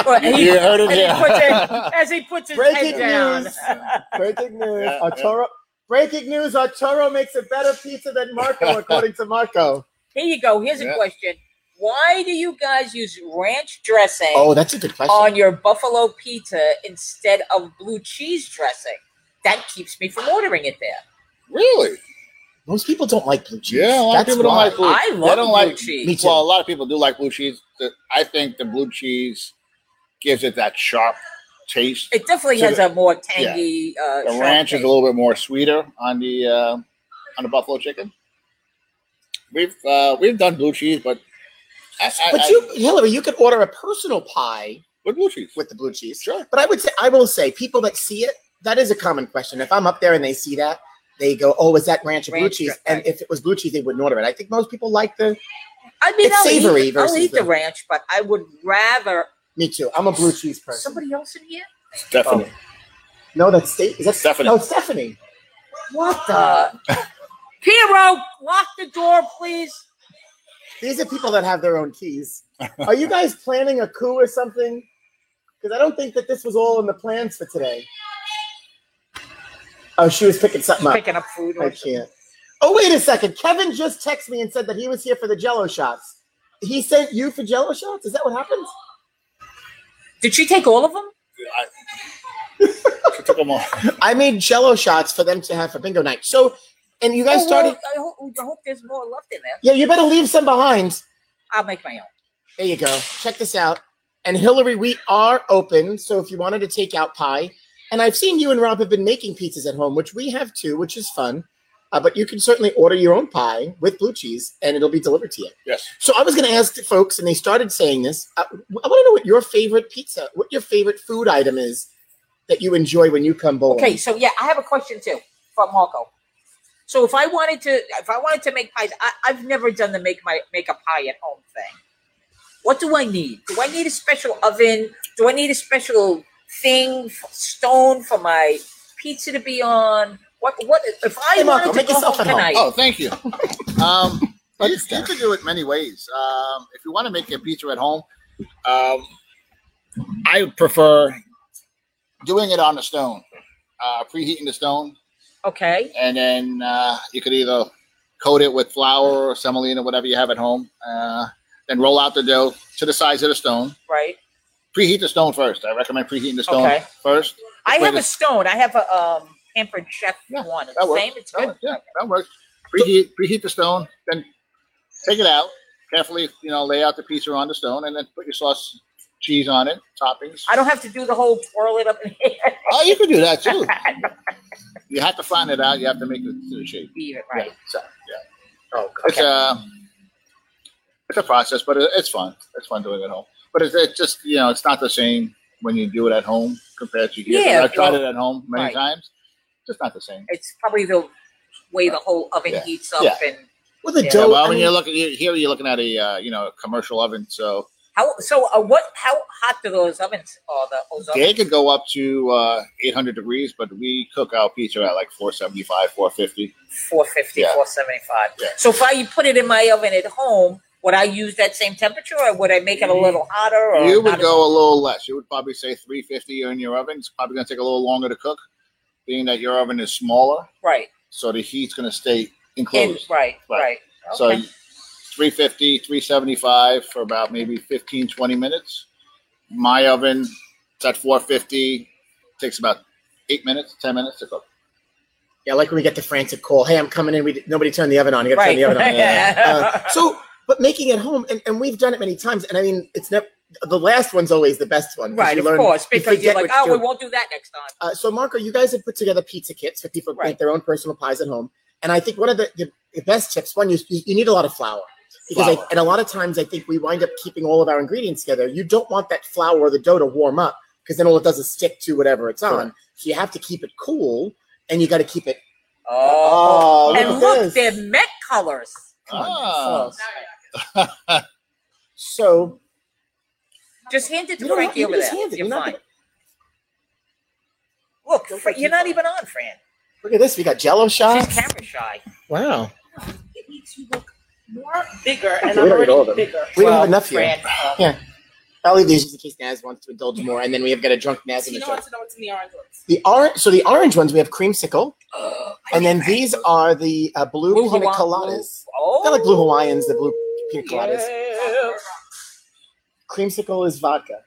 Speaker 2: But
Speaker 4: You,
Speaker 2: he-
Speaker 4: you heard it
Speaker 2: and he puts
Speaker 4: here.
Speaker 2: it- as he puts his
Speaker 1: Breaking
Speaker 2: head down.
Speaker 1: news. Breaking news.
Speaker 4: Yeah, yeah.
Speaker 1: Arturo. Breaking news. Arturo makes a better pizza than Marco, according to Marco.
Speaker 2: Here you go. Here's
Speaker 4: Yeah.
Speaker 2: a question. Why do you guys use ranch dressing
Speaker 1: Oh, that's a good question.
Speaker 2: on your buffalo pizza instead of blue cheese dressing? That keeps me from ordering it there.
Speaker 4: really?
Speaker 1: Most people don't like blue cheese.
Speaker 4: Yeah, a lot of
Speaker 1: that's
Speaker 4: people don't
Speaker 1: why.
Speaker 4: like blue.
Speaker 2: I
Speaker 4: they
Speaker 2: love
Speaker 4: don't
Speaker 2: blue
Speaker 4: like,
Speaker 2: cheese.
Speaker 1: Me too.
Speaker 4: Well, a lot of people do like blue cheese. The- I think the blue cheese gives it that sharp taste.
Speaker 2: It definitely
Speaker 4: So
Speaker 2: has a more tangy. Uh,
Speaker 4: The
Speaker 2: sharp
Speaker 4: ranch is
Speaker 2: taste.
Speaker 4: a little bit more sweeter on the uh, on the buffalo chicken. We've uh, we've done blue cheese, but I, I,
Speaker 1: But
Speaker 4: I-
Speaker 1: you, Hillary, you could order a personal pie
Speaker 4: with blue cheese.
Speaker 1: with the blue cheese.
Speaker 4: Sure.
Speaker 1: But I would say, I will say, people that see it, that is a common question. If I'm up there and they see that, they go, "Oh, is that ranch or blue
Speaker 2: Ranch,
Speaker 1: cheese?"
Speaker 2: right.
Speaker 1: And if it was blue cheese, they wouldn't order it. I think most people like the.
Speaker 2: I mean,
Speaker 1: it's
Speaker 2: I'll
Speaker 1: savory
Speaker 2: eat, I'll
Speaker 1: versus
Speaker 2: eat the
Speaker 1: the-
Speaker 2: ranch, but I would rather
Speaker 1: Me too. I'm a blue cheese person.
Speaker 2: somebody else in here.
Speaker 4: Definitely.
Speaker 1: No, that's state. Is that
Speaker 4: Stephanie.
Speaker 1: No, it's Stephanie.
Speaker 2: What the? Piero, Uh, lock the door, please.
Speaker 1: These are people that have their own keys. Are you guys planning a coup or something? Because I don't think that this was all in the plans for today. Oh, she was picking something up.
Speaker 2: Picking up food.
Speaker 1: I
Speaker 2: Or
Speaker 1: can't. Oh, wait a second. Kevin just texted me and said that he was here for the jello shots. He sent you for jello shots? Is that what happened?
Speaker 2: Did she take all of them?
Speaker 4: I,
Speaker 1: Oh.
Speaker 4: she took 'em all.
Speaker 1: I made jello shots for them to have for bingo night. So, and you guys
Speaker 2: Oh, well,
Speaker 1: started.
Speaker 2: I hope, I hope there's more left in there.
Speaker 1: Yeah, you better leave some behind.
Speaker 2: I'll make my own.
Speaker 1: There you go. Check this out. And Hillary, we are open. So if you wanted to take out pie, and I've seen you and Rob have been making pizzas at home, which we have too, which is fun. Uh, but you can certainly order your own pie with blue cheese, and it'll be delivered to you.
Speaker 4: Yes.
Speaker 1: So I was going to ask the folks, and they started saying this. uh, I, I want to know what your favorite pizza, what your favorite food item is that you enjoy when you come bowling.
Speaker 2: Okay, so yeah, I have a question too from Marco. So if I wanted to, if I wanted to make pies, I, I've never done the make my make a pie at home thing. What do I need? Do I need a special oven? Do I need a special thing f- stone for my pizza to be on? What what if I
Speaker 1: Hey, Marco,
Speaker 2: wanted
Speaker 1: make
Speaker 2: to go
Speaker 1: yourself
Speaker 2: home
Speaker 1: at home.
Speaker 2: tonight?
Speaker 4: Oh, thank you. Um, you, you can do it many ways. Um, if you want to make your pizza at home, um, I prefer doing it on the stone, uh, preheating the stone, Oh.
Speaker 2: Okay,
Speaker 4: and then uh, you could either coat it with flour or semolina, whatever you have at home. Uh, then roll out the dough to the size of the stone.
Speaker 2: right.
Speaker 4: Preheat the stone first. I recommend preheating the stone
Speaker 2: Okay.
Speaker 4: first.
Speaker 2: I
Speaker 4: Wait
Speaker 2: have
Speaker 4: a-
Speaker 2: a stone. I have a um hampered chef
Speaker 4: Yeah,
Speaker 2: one. It's
Speaker 4: that
Speaker 2: the
Speaker 4: works.
Speaker 2: same. It's good.
Speaker 4: Oh, yeah, that works. Preheat, preheat the stone, then take it out carefully. You know, lay out the pizza on the stone, and then put your sauce cheese on it, toppings.
Speaker 2: I don't have to do the whole twirl it up in the air.
Speaker 4: Oh, you could do that too. you have to find it out. You have to make it to the shape.
Speaker 2: Leave it right.
Speaker 4: Yeah, so, yeah.
Speaker 1: Oh,
Speaker 4: It's a it's a process, but it, it's fun. It's fun doing it at home. But it's, it's just you know, it's not the same when you do it at home compared to here.
Speaker 2: Yeah,
Speaker 4: I've tried
Speaker 2: well,
Speaker 4: it at home many
Speaker 2: right.
Speaker 4: times. It's just not the same.
Speaker 2: It's probably the way the whole oven
Speaker 4: Yeah.
Speaker 2: heats up.
Speaker 4: Yeah.
Speaker 2: And
Speaker 1: Well, the
Speaker 2: Yeah,
Speaker 4: Yeah,
Speaker 1: dough.
Speaker 4: well,
Speaker 1: I
Speaker 4: when
Speaker 1: mean,
Speaker 4: you're looking you- here, you're looking at a uh, you know commercial oven, so
Speaker 2: how so? Uh, what? How hot do those ovens or the those ovens?
Speaker 4: they could go up to uh, 800 degrees, but we cook our pizza at like 475, 450.
Speaker 2: 450,
Speaker 4: Yeah.
Speaker 2: 475.
Speaker 4: Yeah.
Speaker 2: So if I put it in my oven at home, would I use that same temperature or would I make it a little
Speaker 1: Mm.
Speaker 2: hotter? Or
Speaker 4: You would
Speaker 2: Oh, not
Speaker 4: go a little less. You would probably say 350 in your oven. It's probably going to take a little longer to cook, being that your oven is smaller,
Speaker 2: as- right.
Speaker 4: so the heat's going to stay
Speaker 2: In,
Speaker 4: enclosed.
Speaker 2: right. Right.
Speaker 4: Right. So
Speaker 2: Okay.
Speaker 4: 350, 375 for about maybe 15, 20 minutes. My oven, it's at 450, takes about eight minutes, 10 minutes to cook.
Speaker 1: yeah, like when we get to France at call. Hey, I'm coming in. We d- nobody turned the oven on. You got to turn
Speaker 2: right.
Speaker 1: the oven on.
Speaker 2: Yeah.
Speaker 1: Uh, so, but making it home, and, and we've done it many times. And I mean, it's never the last one's always the best one. 'cause
Speaker 2: right.
Speaker 1: you
Speaker 2: Of
Speaker 1: learn-
Speaker 2: course.
Speaker 1: you
Speaker 2: Because you're
Speaker 1: forget
Speaker 2: like,
Speaker 1: what
Speaker 2: oh,
Speaker 1: you're
Speaker 2: we won't do that next time.
Speaker 1: Uh, so, Marco, you guys have put together pizza kits for people to
Speaker 2: Right.
Speaker 1: make their own personal pies at home. And I think one of the, the, the best tips, one, you, you need a lot of flour. Because I,
Speaker 4: Flour.
Speaker 1: and a lot of times I think we wind up keeping all of our ingredients together. You don't want that flour or the dough to warm up because then all it does is stick to whatever it's on. So you have to keep it cool and you got to keep it.
Speaker 2: Oh.
Speaker 1: look
Speaker 2: and
Speaker 1: at
Speaker 2: look,
Speaker 1: this.
Speaker 2: they're Met colors.
Speaker 4: Ah.
Speaker 1: So
Speaker 2: Just hand it
Speaker 1: you
Speaker 2: to
Speaker 1: don't have,
Speaker 2: Frankie
Speaker 1: you
Speaker 2: over
Speaker 1: can just
Speaker 2: there.
Speaker 1: hand it.
Speaker 2: You're
Speaker 1: You're not
Speaker 2: fine.
Speaker 1: gonna-
Speaker 2: Look,
Speaker 1: Don't
Speaker 2: Fra-
Speaker 1: get
Speaker 2: you're
Speaker 1: too
Speaker 2: not
Speaker 1: far.
Speaker 2: even on, Fran.
Speaker 1: look at this. We got Jello
Speaker 2: She's
Speaker 1: shots.
Speaker 2: camera shy.
Speaker 1: Wow.
Speaker 3: It makes you look more bigger,
Speaker 1: Okay,
Speaker 3: and
Speaker 1: we
Speaker 3: I'm
Speaker 1: don't need all of
Speaker 3: already
Speaker 1: them.
Speaker 3: bigger.
Speaker 1: We don't have enough here.
Speaker 3: Fran, uh,
Speaker 1: I'll leave these just in case Naz wants to indulge more, and then we have got a drunk Naz in
Speaker 3: you
Speaker 1: the show.
Speaker 3: don't want to know what's in the orange ones.
Speaker 1: The orange, so the orange ones we have creamsicle,
Speaker 2: Oh,
Speaker 1: and then these are the uh, blue, pina
Speaker 2: Hawa-
Speaker 1: coladas.
Speaker 2: Oh.
Speaker 1: Kind of like blue Hawaiians, the blue pina coladas.
Speaker 3: Yeah.
Speaker 1: Creamsicle is vodka.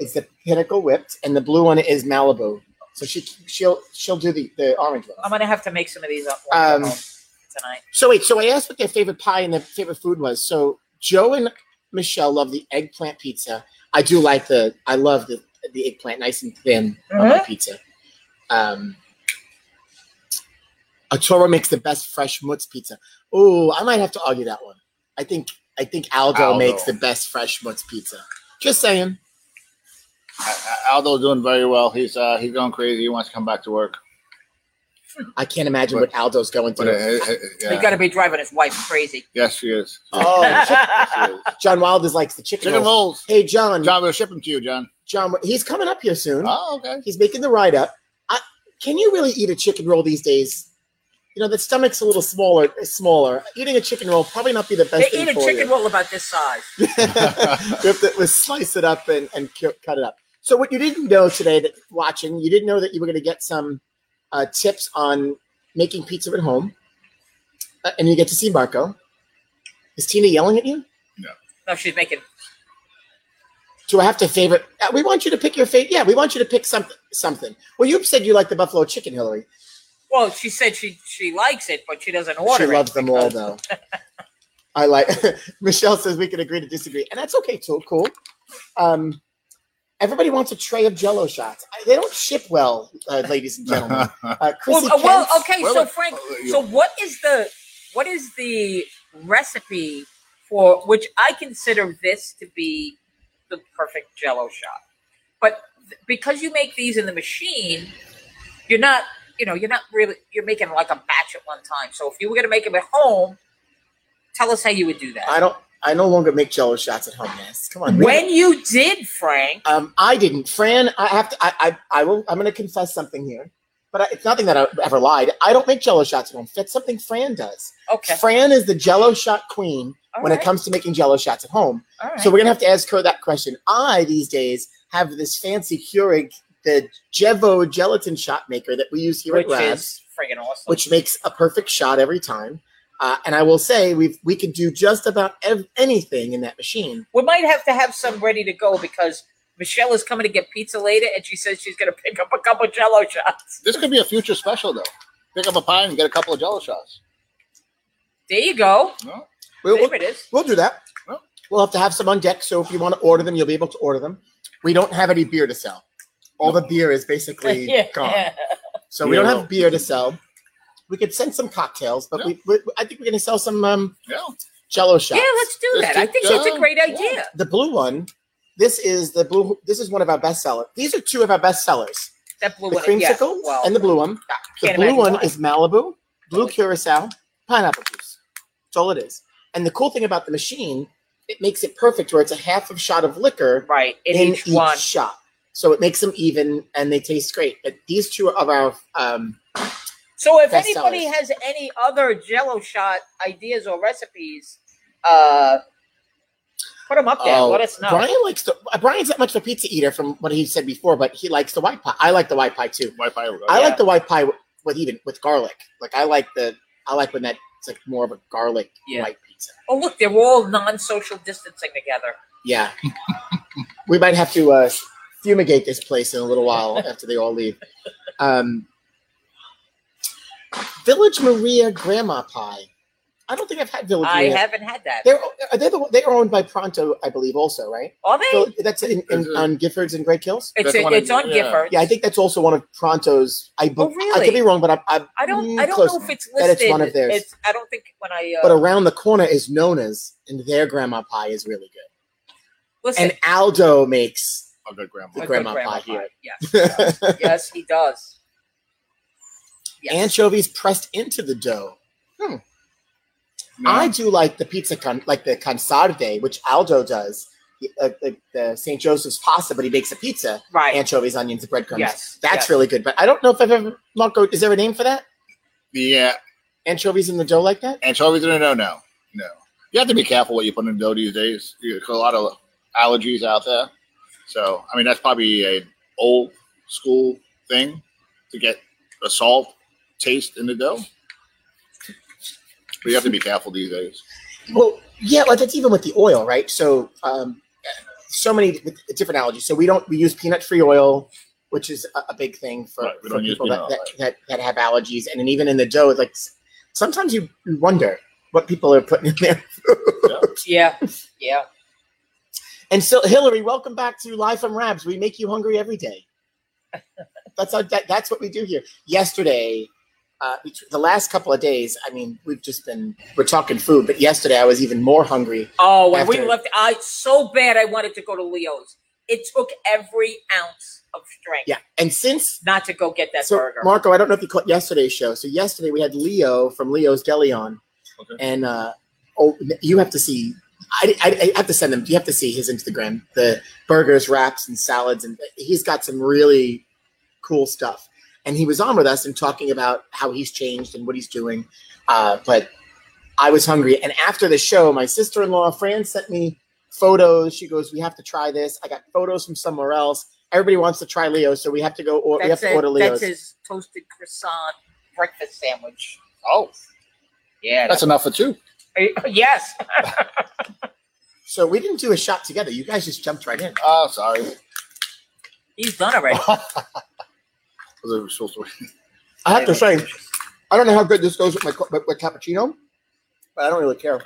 Speaker 1: It's the pinnacle whipped, and the blue one is Malibu. So she she'll she'll do the the orange one.
Speaker 2: I'm gonna have to make some of these up
Speaker 1: Um,
Speaker 2: um, tonight.
Speaker 1: So wait, so I asked what their favorite pie and their favorite food was. So Joe and Michelle love the eggplant pizza. I do like the I love the the eggplant nice and thin on my pizza. Um Arturo makes the best fresh mutz pizza. Oh, I might have to argue that one. I think I think Aldo,
Speaker 4: Aldo.
Speaker 1: makes the best fresh mutz pizza. Just saying.
Speaker 4: Al- Aldo's doing very well. He's uh, he's going crazy. He wants to come back to work.
Speaker 1: I can't imagine
Speaker 4: But-
Speaker 1: what Aldo's going
Speaker 4: But uh,
Speaker 1: through.
Speaker 4: uh, uh,
Speaker 2: He's
Speaker 4: yeah.
Speaker 2: got to be driving his wife crazy.
Speaker 4: yes, she is.
Speaker 1: Oh, shit.
Speaker 4: Yes, she is.
Speaker 1: John Wilders likes the chicken,
Speaker 4: Chicken
Speaker 1: rolls.
Speaker 4: rolls.
Speaker 1: Hey, John. John.
Speaker 4: John, we'll ship them to you, John.
Speaker 1: he's coming up here soon.
Speaker 4: Oh, okay.
Speaker 1: He's making the ride up. I, can you really eat a chicken roll these days? You know, the stomach's a little smaller. Smaller. Eating a chicken roll probably not be the
Speaker 2: they
Speaker 1: best
Speaker 2: eat
Speaker 1: thing
Speaker 2: a
Speaker 1: for
Speaker 2: chicken
Speaker 1: you.
Speaker 2: roll about this size.
Speaker 1: you have to let's slice it up and, and cu- cut it up. So what you didn't know today that watching, you didn't know that you were going to get some uh, tips on making pizza at home. Uh, and you get to see Marco. Is Tina yelling at you?
Speaker 2: No, she's making.
Speaker 1: Do I have to favorite? uh, We want you to pick your favorite. Yeah, we want you to pick something. Something. Well, you said you like the buffalo chicken, Hillary.
Speaker 2: Well, she said she she likes it, but she doesn't order
Speaker 1: she
Speaker 2: it.
Speaker 1: loves them all, though. I like. Michelle says we can agree to disagree, and that's okay too. Cool. Um, everybody wants a tray of Jello shots. I- They don't ship well, uh, ladies and gentlemen. Uh,
Speaker 2: Well,
Speaker 1: Chrissy
Speaker 2: uh, well,
Speaker 1: Kent's-
Speaker 2: okay.
Speaker 4: Wait,
Speaker 2: so
Speaker 4: wait.
Speaker 2: Frank,
Speaker 4: Oh, you-
Speaker 2: so what is the what is the recipe for which I consider this to be the perfect Jello shot? But th- because you make these in the machine, you're not you know you're not really you're making like a batch at one time. So if you were going to make them at home, tell us how you would do that.
Speaker 1: I don't. I no longer make Jello shots at home. Yes, come on.
Speaker 2: when you did, Frank.
Speaker 1: Um, I didn't. Fran, I have to. I, I, I will. I'm going to confess something here, but I, it's nothing that I ever lied. I don't make Jello shots at home. That's something Fran does.
Speaker 2: Okay.
Speaker 1: Fran is the Jello shot queen
Speaker 2: All
Speaker 1: when
Speaker 2: right,
Speaker 1: it comes to making Jello shots at home.
Speaker 2: all right.
Speaker 1: So we're gonna have to ask her that question. I these days have this fancy Keurig, the Jevo gelatin shot maker that we use here
Speaker 2: which
Speaker 1: at Rabs,
Speaker 2: is friggin' awesome.
Speaker 1: which makes a perfect shot every time. Uh, and I will say we we could do just about ev- anything in that machine.
Speaker 2: We might have to have some ready to go because Michelle is coming to get pizza later, and she says she's going to pick up a couple Jello shots.
Speaker 4: This could be a future special, though. Pick up a pie and get a couple of jello shots.
Speaker 2: There you go.
Speaker 4: No?
Speaker 1: We'll,
Speaker 2: There
Speaker 1: we'll,
Speaker 2: it is.
Speaker 1: we'll do that.
Speaker 4: Well.
Speaker 1: We'll have to have some on deck. So if you want to order them, you'll be able to order them. We don't have any beer to sell. All the beer is basically gone. So we
Speaker 4: Yeah,
Speaker 1: don't
Speaker 4: well-
Speaker 1: have beer to sell. We could send some cocktails, but
Speaker 4: Yeah.
Speaker 1: we, we, I think we're going to sell some um,
Speaker 4: Yeah.
Speaker 1: Jello shots.
Speaker 2: Yeah, let's do
Speaker 4: Let's
Speaker 2: that. I
Speaker 4: do-
Speaker 2: think that's
Speaker 4: yeah,
Speaker 2: a great
Speaker 4: yeah.
Speaker 2: idea.
Speaker 1: the blue one. This is the blue. This is one of our best sellers. These are two of our best sellers:
Speaker 2: That blue
Speaker 1: the
Speaker 2: one, yeah.
Speaker 1: creamsicle
Speaker 2: Well,
Speaker 1: and the blue one.
Speaker 2: I
Speaker 1: The
Speaker 2: can't
Speaker 1: blue
Speaker 2: imagine
Speaker 1: one
Speaker 2: why.
Speaker 1: is Malibu, blue curacao, pineapple juice. That's all it is. And the cool thing about the machine, it makes it perfect where it's a half of shot of liquor
Speaker 2: right in,
Speaker 1: in
Speaker 2: each one.
Speaker 1: shot. So it makes them even and they taste great. But these two of our um,
Speaker 2: So if
Speaker 1: Best
Speaker 2: anybody
Speaker 1: sellers.
Speaker 2: has any other Jello shot ideas or recipes, uh, put them up there.
Speaker 1: Oh,
Speaker 2: Let us know.
Speaker 1: Brian likes the uh, Brian's not much of a pizza eater from what he said before, but he likes the white pie. I like the white pie too.
Speaker 4: Wi-Fi.
Speaker 1: I
Speaker 2: Oh,
Speaker 4: I
Speaker 1: like the white pie with, with even with garlic. Like I like the I like when that it's like more of a garlic
Speaker 2: Yeah.
Speaker 1: white pizza.
Speaker 2: Oh look, they're all non-social distancing together.
Speaker 1: Yeah. we might have to uh, fumigate this place in a little while after they all leave. Um, Village Maria Grandma Pie. I don't think I've had Village
Speaker 2: I
Speaker 1: Maria.
Speaker 2: haven't had that.
Speaker 1: Oh, They're are they the, they're owned by Pronto, I believe, also, right?
Speaker 2: Are they? Mm-hmm.
Speaker 1: So that's in, in, on Giffords and Great Kills.
Speaker 2: it's
Speaker 4: that's the
Speaker 2: a,
Speaker 4: one
Speaker 2: it's
Speaker 4: I-
Speaker 2: on
Speaker 4: yeah.
Speaker 2: Gifford.
Speaker 1: Yeah, I think that's also one of Pronto's. I be-
Speaker 2: Oh,
Speaker 1: I could be
Speaker 2: really?
Speaker 1: wrong, but I'm, I'm
Speaker 2: I don't.
Speaker 1: mm,
Speaker 2: I don't
Speaker 1: close.
Speaker 2: know if it's
Speaker 1: That
Speaker 2: listed.
Speaker 1: it's one of theirs.
Speaker 2: It's- I don't think when I uh,
Speaker 1: But around the corner is Nona's, and their grandma pie is really good.
Speaker 2: listen.
Speaker 1: And Aldo makes.
Speaker 4: a good grandma.
Speaker 1: the
Speaker 2: a good
Speaker 1: grandma pie here.
Speaker 2: Yes, yes, he does. Yes.
Speaker 1: anchovies pressed into the dough.
Speaker 4: No.
Speaker 1: I
Speaker 2: Mm-hmm.
Speaker 1: do like the pizza, con- like the cansarde, which Aldo does, the, uh, the, the St. Joseph's pasta, but he makes a pizza,
Speaker 2: right.
Speaker 1: anchovies, onions, and breadcrumbs.
Speaker 2: yes,
Speaker 1: That's
Speaker 2: yes.
Speaker 1: really good. But I don't know if I've ever, Marco, is there a name for that?
Speaker 4: yeah,
Speaker 1: Anchovies in the dough like that?
Speaker 4: anchovies in a no, no, no. You have to be careful what you put in dough these days. There's a lot of allergies out there. So, I mean, that's probably a old school thing to get the salt taste in the dough. But you have to be careful these days.
Speaker 1: Well, yeah, like that's even with the oil, right? So, um, so many with different allergies. So we don't we use peanut free oil, which is a, a big thing for,
Speaker 4: Right, we
Speaker 1: for
Speaker 4: don't use
Speaker 1: people that,
Speaker 4: peanut
Speaker 1: that,
Speaker 4: oil,
Speaker 1: that that have allergies, and then even in the dough, it's like s- sometimes you, you wonder what people are putting in there.
Speaker 2: Yeah, yeah.
Speaker 1: And so, Hillary, welcome back to Live from Rabs. We make you hungry every day. that's our, that, that's what we do here. Yesterday, uh, bet- the last couple of days, I mean, we've just been we're talking food, but yesterday I was even more hungry.
Speaker 2: Oh, and we
Speaker 1: After-
Speaker 2: left. I so bad. I wanted to go to Leo's. It took every ounce of strength
Speaker 1: Yeah, and since
Speaker 2: not to go get that
Speaker 1: so
Speaker 2: burger.
Speaker 1: Marco, I don't know if you caught yesterday's show. So yesterday we had Leo from Leo's Deli on,
Speaker 4: Okay.
Speaker 1: and uh, oh, you have to see. I, I, I have to send him. You have to see his Instagram. The burgers, wraps, and salads, and he's got some really cool stuff. And he was on with us and talking about how he's changed and what he's doing. Uh, but I was hungry, and after the show, my sister-in-law Fran sent me photos. She goes, "We have to try this." I got photos from somewhere else. Everybody wants to try Leo, so we have to go. Or, we have
Speaker 2: that's,
Speaker 1: to
Speaker 2: it.
Speaker 1: order Leo's.
Speaker 2: that's his toasted croissant breakfast sandwich.
Speaker 4: Oh,
Speaker 2: Yeah.
Speaker 4: that's enough for two.
Speaker 2: that- yes.
Speaker 1: So we didn't do a shot together. You guys just jumped right in.
Speaker 4: Oh, sorry. Was
Speaker 2: He's done already.
Speaker 1: Oh.
Speaker 4: it supposed to-
Speaker 1: I have to say, I don't know how good this goes with my co- with, with cappuccino, but I don't really care.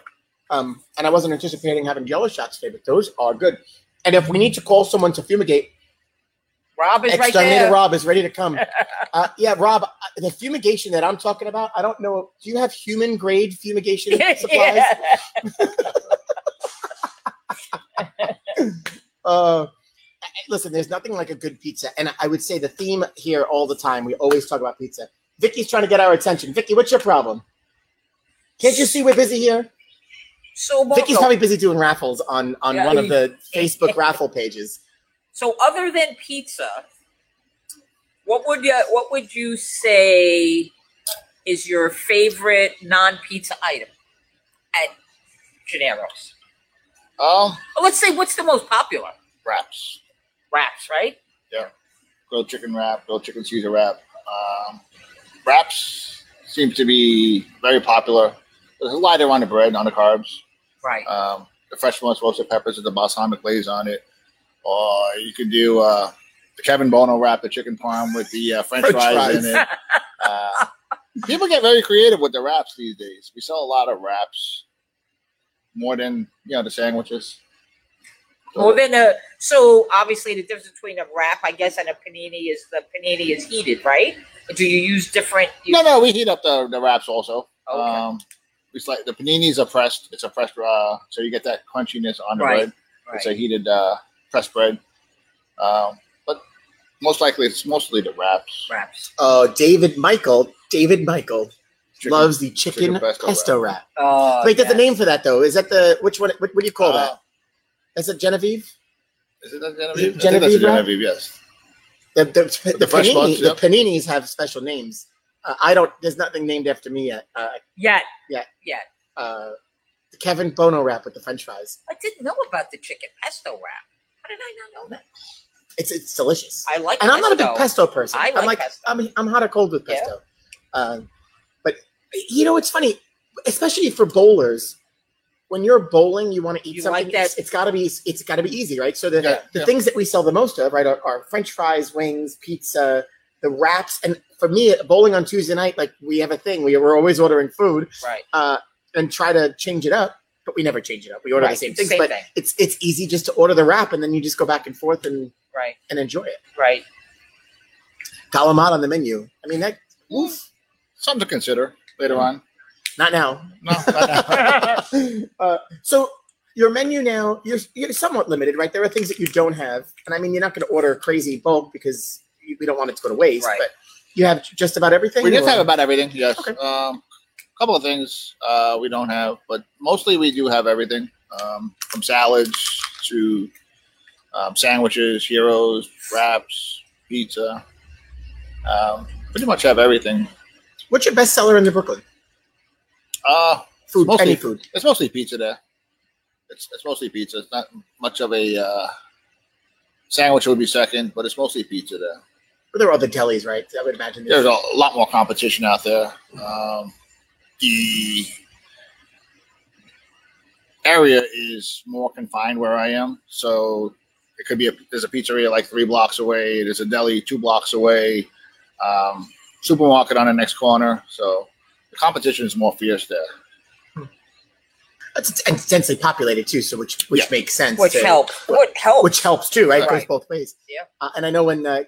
Speaker 1: Um, and I wasn't anticipating having yellow shots today, but those are good. And if we need to call someone to fumigate,
Speaker 2: Rob is right
Speaker 1: exterminator
Speaker 2: there.
Speaker 1: Rob is ready to come. uh, yeah, Rob, I- the fumigation that I'm talking about, I don't know. Do you have human grade fumigation supplies?
Speaker 2: yeah.
Speaker 1: Uh, listen, there's nothing like a good pizza, and I would say the theme here all the time. We always talk about pizza. Vicky's trying to get our attention. Vicky, what's your problem? Can't you see we're busy here?
Speaker 2: So
Speaker 1: Vicky's
Speaker 2: Marco,
Speaker 1: probably busy doing raffles on on
Speaker 2: Yeah.
Speaker 1: one of the Facebook raffle pages.
Speaker 2: So other than pizza, what would you what would you say is your favorite non-pizza item at Gennaro's?
Speaker 4: Oh,
Speaker 2: Well, let's say what's the most popular?
Speaker 4: wraps.
Speaker 2: Wraps, right?
Speaker 4: grilled chicken wrap, grilled chicken Caesar wrap. Um, wraps seems to be very popular. There's a lighter on the bread, on the carbs.
Speaker 2: Right.
Speaker 4: Um, the fresh ones, roasted peppers with the balsamic glaze on it. Or you could do uh, the Kevin Bono wrap, the chicken parm with the uh, French,
Speaker 1: French
Speaker 4: fries,
Speaker 1: fries.
Speaker 4: in it. Uh, people get very creative with the wraps these days. We sell a lot of wraps. more than you know the sandwiches.
Speaker 2: More than a so obviously the difference between a wrap, I guess, and a panini is the panini is heated, right? Do you use different? You,
Speaker 4: No, no, we heat up the, the wraps also.
Speaker 2: Okay.
Speaker 4: Um, it's like the paninis are pressed. It's a pressed, uh, so you get that crunchiness on the
Speaker 2: Right,
Speaker 4: bread. It's a heated uh, pressed bread. Um, but most likely, it's mostly the wraps.
Speaker 2: wraps.
Speaker 1: Oh, David Michael. David Michael
Speaker 4: Chicken-
Speaker 1: loves the chicken,
Speaker 4: chicken pesto
Speaker 1: pesto, wrap.
Speaker 2: Oh,
Speaker 1: Wait, that's the
Speaker 2: yes.
Speaker 1: name for that though. Is that the which one? What, what do you call
Speaker 4: Uh,
Speaker 1: that? Is it Genevieve?
Speaker 4: Is it that Genevieve? I think that's a
Speaker 1: Genevieve wrap?
Speaker 4: Genevieve, yes.
Speaker 1: The the, the,
Speaker 4: the fresh
Speaker 1: panini-
Speaker 4: ones,
Speaker 1: the
Speaker 4: yep.
Speaker 1: paninis have special names. Uh, I don't. There's nothing named after me yet. Uh,
Speaker 2: Yet,
Speaker 1: uh, the Kevin Bono wrap with the French fries.
Speaker 2: I didn't know about the chicken pesto wrap. How did I not know that?
Speaker 1: It's it's delicious.
Speaker 2: I like.
Speaker 1: and I'm not a big pesto
Speaker 2: pesto.
Speaker 1: person.
Speaker 2: I
Speaker 1: I'm
Speaker 2: like
Speaker 1: like
Speaker 2: pesto.
Speaker 1: I'm I'm hot or cold with
Speaker 2: Yeah.
Speaker 1: pesto. Um, but you know, it's funny, especially for bowlers. When you're bowling, you want to eat
Speaker 2: You
Speaker 1: something.
Speaker 2: like that-
Speaker 1: it's- it's got to be it's got to be easy, right? So the,
Speaker 4: Yeah,
Speaker 1: the
Speaker 4: yeah.
Speaker 1: things that we sell the most of, right, are, are French fries, wings, pizza, the wraps, and for me, bowling on Tuesday night, like we have a thing. We we're always ordering food
Speaker 2: Right.
Speaker 1: uh, and try to change it up, but we never change it up. We order
Speaker 2: Right,
Speaker 1: the same things,
Speaker 2: same
Speaker 1: but
Speaker 2: thing.
Speaker 1: it's it's easy just to order the wrap and then you just go back and forth and
Speaker 2: Right.
Speaker 1: and enjoy it
Speaker 2: Right.
Speaker 1: calamari on the menu. I mean, that oof,
Speaker 4: Something to consider later on.
Speaker 1: not now.
Speaker 4: No, not now.
Speaker 1: uh, so your menu now, you're you're somewhat limited, right? There are things that you don't have, and I mean, you're not going to order crazy bulk because you, we don't want it to go to waste.
Speaker 2: Right.
Speaker 1: But you have just about everything.
Speaker 4: we did
Speaker 1: or-
Speaker 4: have about everything. Yes.
Speaker 1: Okay.
Speaker 4: Um, a couple of things uh, we don't have, but mostly we do have everything um, from salads to um, sandwiches, heroes, wraps, pizza. Um, pretty much have everything.
Speaker 1: What's your best seller in the Brooklyn
Speaker 4: Uh,
Speaker 1: food?
Speaker 4: Mostly-
Speaker 1: Any food?
Speaker 4: it's mostly pizza there. It's, it's mostly pizza. It's not much of a uh, sandwich would be second, but it's mostly pizza there.
Speaker 1: But there are other delis, right? I would imagine.
Speaker 4: there's a lot more competition out there. Um, the area is more confined where I am, so it could be a there's a pizzeria like three blocks away, there's a deli two blocks away, um, supermarket on the next corner. So the competition is more fierce there.
Speaker 1: It's, it's densely populated too, so which which
Speaker 4: Yeah.
Speaker 1: makes sense.
Speaker 2: Which
Speaker 1: to-
Speaker 2: help? What help?
Speaker 1: which helps too, right? Goes
Speaker 2: Right.
Speaker 1: both ways.
Speaker 2: Yeah.
Speaker 1: Uh, and I know when uh,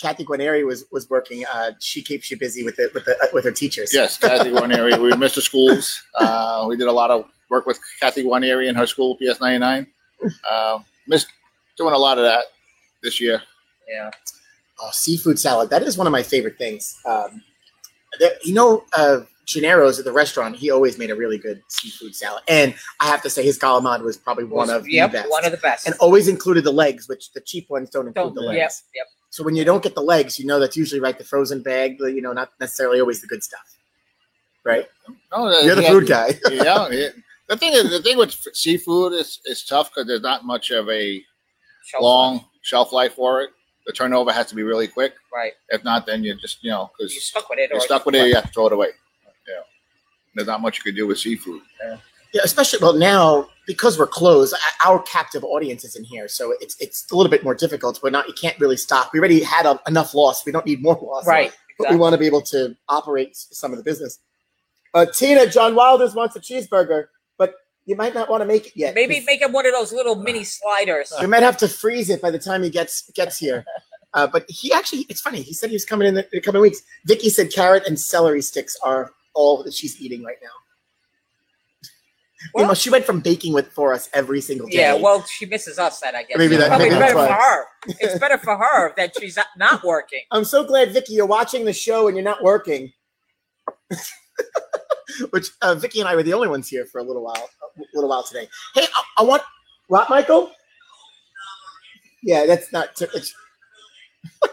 Speaker 1: Kathy Guarneri was was working, uh, she keeps you busy with the with the uh, with her teachers.
Speaker 4: Yes, Kathy Guarneri. We were Mr. Schools. Uh, we did a lot of work with Kathy Guarneri and her school, PS 99. Um missed doing a lot of that this year.
Speaker 2: yeah.
Speaker 1: Oh, seafood salad. That is one of my favorite things. Um, there, you know, uh, Gennaro's at the restaurant, he always made a really good seafood salad. And I have to say, his galamad was probably one of
Speaker 2: yep,
Speaker 1: the best.
Speaker 2: one of the best.
Speaker 1: and always included the legs, which the cheap ones don't include
Speaker 2: Don't-
Speaker 1: the
Speaker 4: yeah.
Speaker 1: legs.
Speaker 2: yep, yep.
Speaker 1: So when you don't get the legs, you know that's usually right the frozen bag, the- you know, not necessarily always the good stuff. Right?
Speaker 4: Oh,
Speaker 1: You're the
Speaker 4: yeah.
Speaker 1: food guy.
Speaker 4: yeah, yeah. The thing is, the thing with f- seafood is is tough because there's not much of a
Speaker 2: Shelf
Speaker 4: long shelf life for it. The turnover has to be really quick.
Speaker 2: life, Right.
Speaker 4: If not, then you just you know
Speaker 2: You're
Speaker 4: because
Speaker 2: stuck with it.
Speaker 4: you're
Speaker 2: or-
Speaker 4: stuck with it. You have to throw it away. Yeah, there's not much you could do with seafood.
Speaker 1: Yeah, especially well now because we're closed, o- our captive audience is in here, so it's it's a little bit more difficult. We're not you can't really stock. We already had a, enough loss. We don't need more loss.
Speaker 2: Right.
Speaker 1: But we
Speaker 2: Exactly.
Speaker 1: want to be able to operate s- some of the business. Uh, Tina, John Wilders wants a cheeseburger, but you might not want to make it yet.
Speaker 2: Maybe make it one of those little mini sliders.
Speaker 1: you might have to freeze it by the time he gets gets here. Uh, but he actually, it's funny. He said he was coming in the, the coming weeks. Vicky said carrot and celery sticks are all that she's eating right now. You know,
Speaker 2: Well-
Speaker 1: she went from baking with for us every single day.
Speaker 2: Yeah, well, she misses us then, I guess.
Speaker 1: Maybe that-
Speaker 2: Probably
Speaker 1: maybe that's
Speaker 2: better for
Speaker 1: why.
Speaker 2: her. It's better for her that she's not- not working.
Speaker 1: I'm so glad, Vicky, you're watching the show and you're not working. Which uh, Vicky and I were the only ones here for a little while, a little while today. Hey, I, I want Rot Michael. Yeah, that's not. T- it's-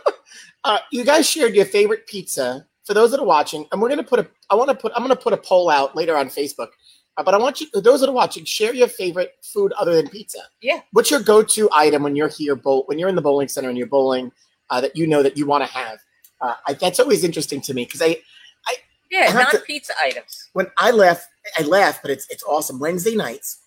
Speaker 1: uh, you guys shared your favorite pizza. For those that are watching, and we're gonna put a, I want to put, I'm gonna put a poll out later on Facebook. Uh, but I want you, those that are watching, share your favorite food other than pizza.
Speaker 2: Yeah.
Speaker 1: What's your go-to item when you're here, bowl, when you're in the bowling center and you're bowling? uh, that you know that you want to have. Uh, I, that's always interesting to me because I I
Speaker 2: Yeah,
Speaker 1: have to-
Speaker 2: non pizza items.
Speaker 1: when I laugh, I laugh, but it's it's awesome. Wednesday nights,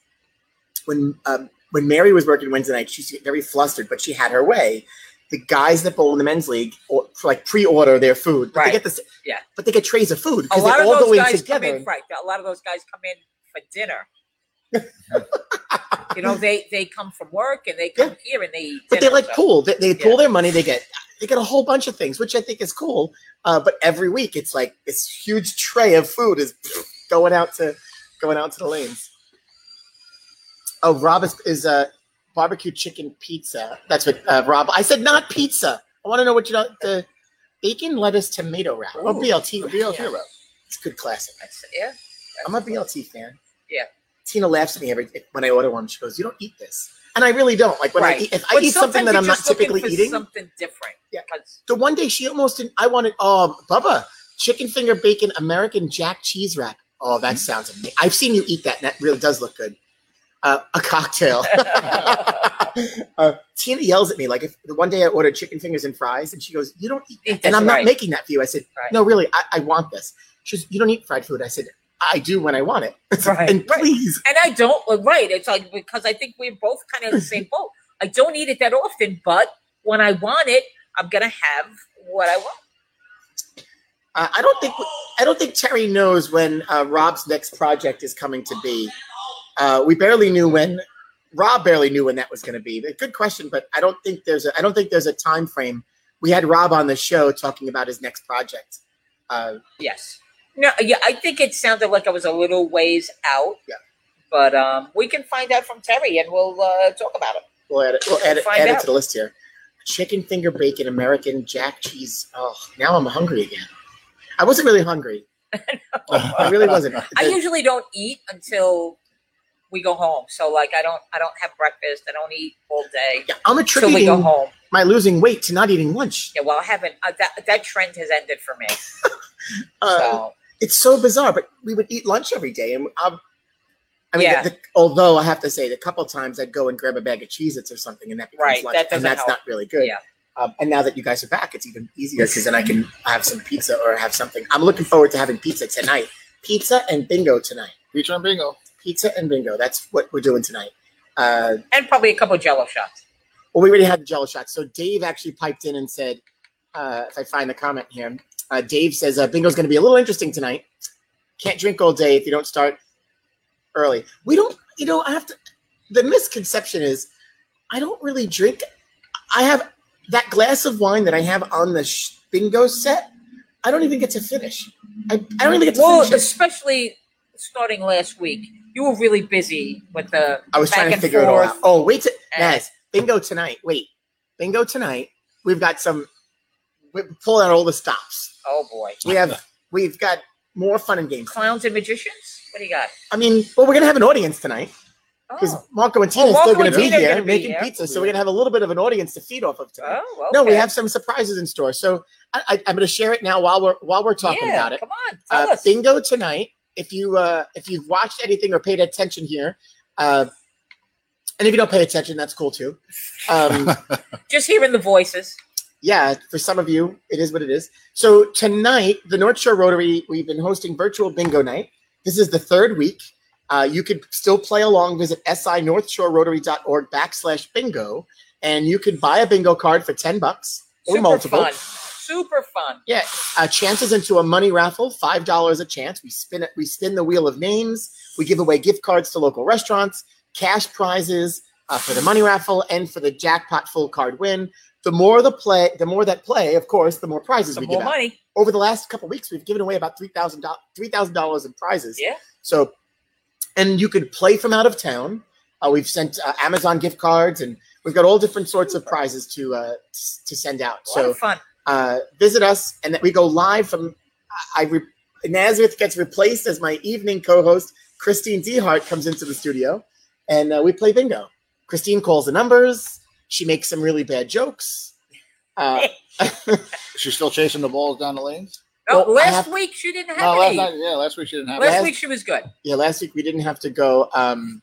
Speaker 1: when um, when Mary was working Wednesday night, she used to get very flustered, but she had her way. The guys that bowl in the men's league or, like pre-order their food, but
Speaker 2: Right.
Speaker 1: they get this,
Speaker 2: Yeah.
Speaker 1: but they get trays of food
Speaker 2: A
Speaker 1: because they
Speaker 2: lot of
Speaker 1: all go
Speaker 2: those
Speaker 1: in
Speaker 2: guys come
Speaker 1: together.
Speaker 2: in, right? A lot of those guys come in for dinner you know, they they come from work and they come here and they eat.
Speaker 1: But they
Speaker 2: dinner,
Speaker 1: like
Speaker 2: so-
Speaker 1: pool. They, they pool
Speaker 2: Yeah.
Speaker 1: their money. They get they get a whole bunch of things, which I think is cool. Uh, but every week, it's like this huge tray of food is going out to going out to the lanes. Oh, Rob is, is uh, barbecue chicken pizza. That's what uh, Rob. I said not pizza. I want to know what you know the bacon lettuce tomato wrap Oh, or
Speaker 2: Ooh.
Speaker 1: BLT. Wrap.
Speaker 4: BLT
Speaker 2: Yeah.
Speaker 4: wrap.
Speaker 1: It's a good classic.
Speaker 2: That's- Yeah.
Speaker 1: I'm a BLT fan.
Speaker 2: Yeah.
Speaker 1: Tina laughs at me every when I order one. She goes, "You don't eat this," and I really don't. Like when
Speaker 2: Right.
Speaker 1: I eat, if I
Speaker 2: But
Speaker 1: eat something
Speaker 2: sometimes
Speaker 1: that
Speaker 2: you're
Speaker 1: I'm not
Speaker 2: just looking
Speaker 1: typically
Speaker 2: for
Speaker 1: eating.
Speaker 2: Something different.
Speaker 1: Yeah.
Speaker 2: 'Cause-
Speaker 1: The one day she almost didn't. I wanted oh Bubba chicken finger bacon American Jack cheese wrap. Oh,
Speaker 2: Mm-hmm.
Speaker 1: that sounds amazing. I've seen you eat that, and that really does look good. Uh, a cocktail. uh, Tina yells at me like if the one day I ordered chicken fingers and fries, and she goes, "You don't eat,"
Speaker 2: Eat
Speaker 1: and
Speaker 2: this,
Speaker 1: I'm not
Speaker 2: right.
Speaker 1: making that for you. I said,
Speaker 2: Right.
Speaker 1: "No, really, I, I want this." She goes, "You don't eat fried food." I said, "I do when I want it."
Speaker 2: Right.
Speaker 1: and
Speaker 2: Right.
Speaker 1: please,
Speaker 2: And I don't well, right. It's like because I think we're both kind of in the same boat. I don't eat it that often, but when I want it, I'm gonna have what I want.
Speaker 1: uh, I don't think I don't think Terry knows when uh, Rob's next project is coming to be. Uh, we barely knew when Rob barely knew when that was going to be. But Good question, but I don't think there's a I don't think there's a time frame. We had Rob on the show talking about his next project. Uh,
Speaker 2: Yes. No. Yeah. I think it sounded like I was a little ways out.
Speaker 1: Yeah.
Speaker 2: But um, we can find out from Terry, and we'll uh, talk about it.
Speaker 1: we'll add it. We'll add it,
Speaker 2: Find
Speaker 1: add it
Speaker 2: out.
Speaker 1: to the list here. Chicken finger bacon American Jack cheese. Oh, now I'm hungry again. I wasn't really hungry.
Speaker 4: Oh,
Speaker 1: I really wasn't.
Speaker 2: I
Speaker 1: The-
Speaker 2: usually don't eat until we go home. So like I don't I don't have breakfast. I don't eat all day
Speaker 1: yeah, I'm
Speaker 2: until we go
Speaker 1: attributing
Speaker 2: home.
Speaker 1: my losing weight to not eating lunch.
Speaker 2: Yeah, well, I haven't. Uh, that that trend has ended for me.
Speaker 1: Uh,
Speaker 2: so
Speaker 1: it's so bizarre, but we would eat lunch every day. And um, I mean,
Speaker 2: Yeah.
Speaker 1: the, the, although I have to say, the couple times I'd go and grab a bag of Cheez-Its or something, and that becomes
Speaker 2: Right,
Speaker 1: lunch,
Speaker 2: that doesn't
Speaker 1: and that's
Speaker 2: help.
Speaker 1: not really good.
Speaker 2: Yeah.
Speaker 1: Um, and now that you guys are back, it's even easier because then I can have some pizza or have something. I'm looking forward to having pizza tonight. Pizza and bingo tonight.
Speaker 4: Pizza and bingo.
Speaker 1: Pizza and bingo. That's what we're doing tonight. Uh,
Speaker 2: and probably a couple of Jello shots.
Speaker 1: well, we already had the jello shots. So Dave actually piped in and said, uh, if I find the comment here, uh, Dave says, uh, bingo's going to be a little interesting tonight. Can't drink all day if you don't start early. We don't, you know, I have to, the misconception is I don't really drink. I have that glass of wine that I have on the sh- bingo set. I don't even get to finish. I, I don't even get to
Speaker 2: Well,
Speaker 1: finish. it.
Speaker 2: especially starting last week, you were really busy with the.
Speaker 1: I was
Speaker 2: back
Speaker 1: trying to
Speaker 2: and
Speaker 1: figure it all out.
Speaker 2: forth. Eh.
Speaker 1: Oh, wait, to,
Speaker 2: And-
Speaker 1: guys, bingo tonight. Wait, bingo tonight. We've got some. We pull out all the stops.
Speaker 2: Oh boy,
Speaker 1: We have. We've got more fun and games.
Speaker 2: clowns and magicians. What do you got?
Speaker 1: I mean, well, we're gonna have an audience tonight because
Speaker 2: Oh,
Speaker 1: Marco and Tina
Speaker 2: Oh,
Speaker 1: are
Speaker 2: Marco
Speaker 1: still gonna
Speaker 2: and
Speaker 1: be
Speaker 2: Tina are
Speaker 1: here
Speaker 2: gonna be
Speaker 1: making
Speaker 2: here.
Speaker 1: pizza, so we're gonna have a little bit of an audience to feed off of tonight.
Speaker 2: oh,
Speaker 1: No, we
Speaker 2: okay.
Speaker 1: have some surprises in store. So I, I, I'm gonna share it now while we're while we're talking
Speaker 2: yeah,
Speaker 1: about it.
Speaker 2: Come on, tell
Speaker 1: uh,
Speaker 2: us.
Speaker 1: bingo tonight. If you uh, if you've watched anything or paid attention here, uh, and if you don't pay attention, that's cool too. Um,
Speaker 2: Just hearing the voices.
Speaker 1: yeah, for some of you, it is what it is. So tonight, the North Shore Rotary, we've been hosting virtual bingo night. This is the third week. Uh, you could still play along. Visit sinorthshorerotary.org backslash bingo, and you could buy a bingo card for ten bucks or
Speaker 2: Super
Speaker 1: multiple.
Speaker 2: fun. Super fun.
Speaker 1: Yeah, uh, chances into a money raffle, five dollars a chance. We spin it. We spin the wheel of names. We give away gift cards to local restaurants, cash prizes uh, for the money raffle, and for the jackpot full card win. The more the play, the more that play, of course, the more prizes
Speaker 2: Some
Speaker 1: we
Speaker 2: more
Speaker 1: give out.
Speaker 2: money.
Speaker 1: Over the last couple weeks, we've given away about three thousand dollars, three thousand dollars in prizes.
Speaker 2: Yeah.
Speaker 1: So, and you could play from out of town. Uh, we've sent uh, Amazon gift cards, and we've got all different sorts of prizes to uh, s- to send out.
Speaker 2: A lot
Speaker 1: So
Speaker 2: of fun.
Speaker 1: uh, visit us, and that we go live from. I re, Nazareth gets replaced as my evening co-host. Christine Dehart comes into the studio, and uh, we play bingo. Christine calls the numbers. She makes some really bad jokes. Uh,
Speaker 4: She's still chasing the balls down the lanes.
Speaker 2: No,
Speaker 1: well, I
Speaker 2: Oh, last
Speaker 1: have-
Speaker 2: week she didn't
Speaker 4: No,
Speaker 2: have
Speaker 4: last
Speaker 2: any.
Speaker 4: night, yeah, last week she didn't have.
Speaker 2: last,
Speaker 1: last-
Speaker 2: week she was good.
Speaker 1: yeah, last week we didn't have to go. Um,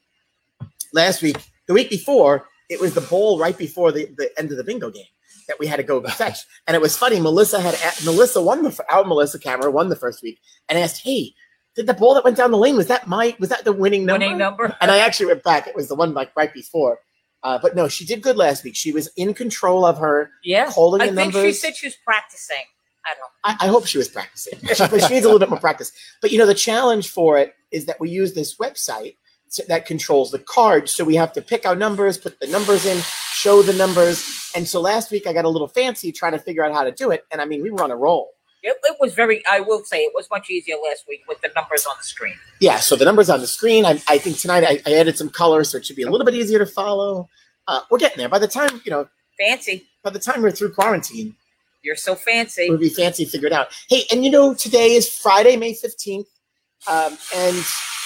Speaker 1: last week, the week before, it was the bowl right before the, the end of the bingo game that we had to go fetch. And it was funny. Melissa had a- Melissa won the fir- our Melissa Camera won the first week and asked, "Hey, did the bowl that went down the lane was that my was that the winning number?"
Speaker 2: Winning number.
Speaker 1: And I actually went back. It was the one like right before. Uh, but no, she did good last week. She was in control of her
Speaker 2: Yeah.
Speaker 1: calling
Speaker 2: I
Speaker 1: the
Speaker 2: think
Speaker 1: numbers.
Speaker 2: she said she was practicing. I don't.
Speaker 1: I, I hope she was practicing, but she needs a little bit more practice. But you know, the challenge for it is that we use this website s- that controls the card. So we have to pick our numbers, put the numbers in, show the numbers. And so last week I got a little fancy trying to figure out how to do it. And I mean, we were on a roll.
Speaker 2: It, it was very, I will say, it was much easier last week with the numbers on the screen.
Speaker 1: Yeah, so the numbers on the screen. I, I think tonight I, I added some color, so it should be a little bit easier to follow. Uh, we're getting there. By the time you know,
Speaker 2: Fancy.
Speaker 1: by the time we're through quarantine,
Speaker 2: You're so
Speaker 1: it would
Speaker 2: fancy.
Speaker 1: be fancy figured out. Hey, and you know, today is Friday, May fifteenth, um, and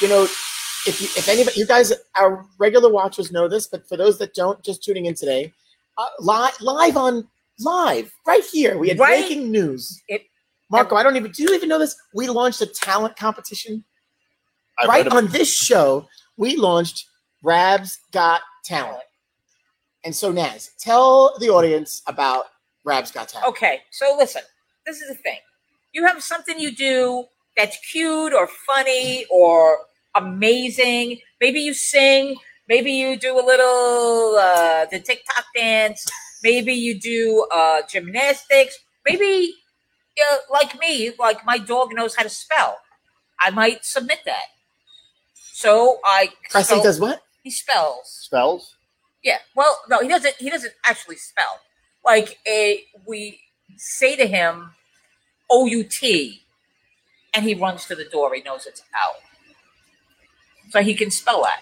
Speaker 1: you know, if you, if anybody, you guys, our regular watchers know this, but for those that don't, just tuning in today, uh, live, live on live right here, we had
Speaker 2: Right.
Speaker 1: breaking news.
Speaker 2: It-
Speaker 1: Marco, I don't even. Do you even know this? We launched a talent competition
Speaker 4: I've
Speaker 1: right
Speaker 4: heard of-
Speaker 1: on this show, we launched Rab's Got Talent. And so, Naz, tell the audience about Rab's Got Talent.
Speaker 2: Okay, so listen, this is the thing. You have something you do that's cute or funny or amazing. Maybe you sing. Maybe you do a little uh, the TikTok dance. Maybe you do uh, gymnastics. Maybe uh, like me, like my dog knows how to spell. I might submit that. So I
Speaker 1: Presley
Speaker 2: so
Speaker 1: does what?
Speaker 2: he spells.
Speaker 4: spells.
Speaker 2: Yeah. Well, no, he doesn't. He doesn't actually spell. Like a, we say to him, "O U T," and he runs to the door. He knows it's out, so he can spell that.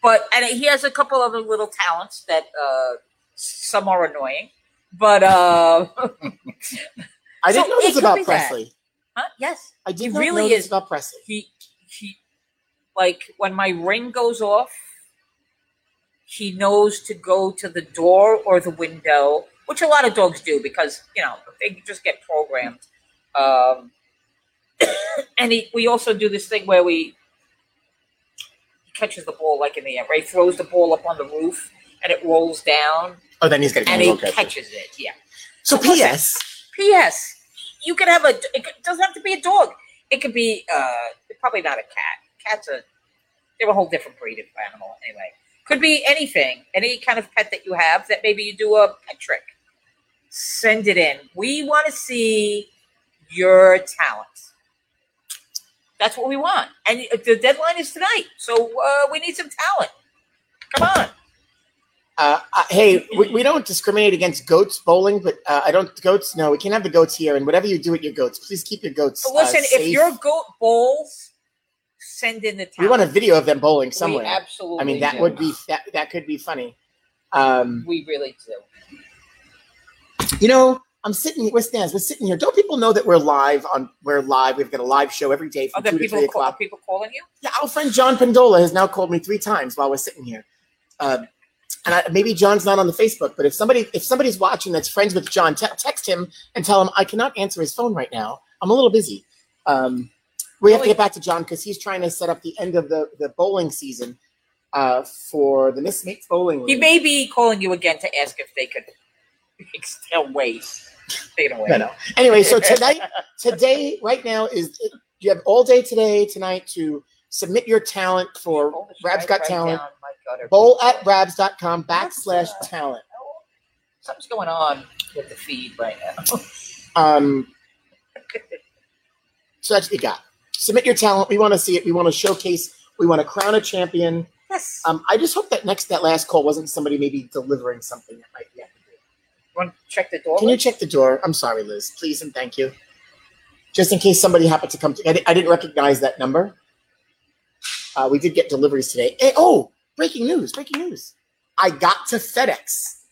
Speaker 2: But and he has a couple other little talents that uh, some are annoying. But uh,
Speaker 1: I
Speaker 2: So
Speaker 1: didn't know
Speaker 2: it
Speaker 1: this
Speaker 2: could
Speaker 1: about
Speaker 2: be that.
Speaker 1: Presley.
Speaker 2: huh? yes,
Speaker 1: I did
Speaker 2: It
Speaker 1: not
Speaker 2: really
Speaker 1: know this
Speaker 2: is.
Speaker 1: about Presley.
Speaker 2: he he like when my ring goes off he knows to go to the door or the window which a lot of dogs do because you know they just get programmed um and he, we also do this thing where we he catches the ball like in the air right throws the ball up on the roof and it rolls down
Speaker 1: Oh, then he's gonna. get
Speaker 2: and
Speaker 1: it.
Speaker 2: he
Speaker 4: I'll catch it.
Speaker 2: catches it yeah
Speaker 1: So,
Speaker 2: Listen.
Speaker 1: P.S.
Speaker 2: P.S. You could have a. It could- doesn't have to be a dog. It could be uh, probably not a cat. Cats are they're a whole different breed of animal anyway. Could be anything, any kind of pet that you have that maybe you do a pet trick. Send it in. We want to see your talent. That's what we want, and the deadline is tonight. So uh, we need some talent. Come on.
Speaker 1: Uh, uh, hey, we, we don't discriminate against goats bowling, but uh, I don't goats. No, we can't have the goats here. And whatever you do with your goats, please keep your goats.
Speaker 2: But listen,
Speaker 1: uh,
Speaker 2: if
Speaker 1: safe.
Speaker 2: your goat bowls, send in the talent.
Speaker 1: we want a video of them bowling somewhere.
Speaker 2: We absolutely.
Speaker 1: I mean, that
Speaker 2: do.
Speaker 1: would be that, that could be funny. Um,
Speaker 2: We really do.
Speaker 1: you know, I'm sitting with Naz. We're sitting here. Don't people know that we're live on? We're live. We've got a live show every day from
Speaker 2: Are there
Speaker 1: two to three
Speaker 2: people call,
Speaker 1: o'clock.
Speaker 2: people calling you?
Speaker 1: Yeah, our friend John Pandola has now called me three times while we're sitting here. Um, and I, maybe John's not on the Facebook, but if somebody if somebody's watching that's friends with John, te- text him and tell him I cannot answer his phone right now. I'm a little busy. Um, we have to get back to John because he's trying to set up the end of the the bowling season uh, for the Mismates Bowling.
Speaker 2: He
Speaker 1: League.
Speaker 2: may be calling you again to ask if they could still wait. They don't wait.
Speaker 1: No, no. Anyway, so tonight, today, right now is you have all day today, tonight to submit your talent for
Speaker 2: Hold it
Speaker 1: Rab's
Speaker 2: right-
Speaker 1: Got
Speaker 2: right
Speaker 1: Talent.
Speaker 2: down, my God, are
Speaker 1: bowl
Speaker 2: people-
Speaker 1: at rabs.com backslash talent.
Speaker 2: Something's going on with the feed right now.
Speaker 1: Um, so that's what you got. Submit your talent. We want to see it. We want to showcase. We want to crown a champion.
Speaker 2: Yes.
Speaker 1: Um, I just hope that next that last call wasn't somebody maybe delivering something that might be.
Speaker 2: Want to check the door?
Speaker 1: Can you check the door? I'm sorry, Liz. Please and thank you. Just in case somebody happened to come. To, I, di- I didn't recognize that number. Uh, we did get deliveries today. Eh, oh, breaking news! Breaking news! I got to FedEx.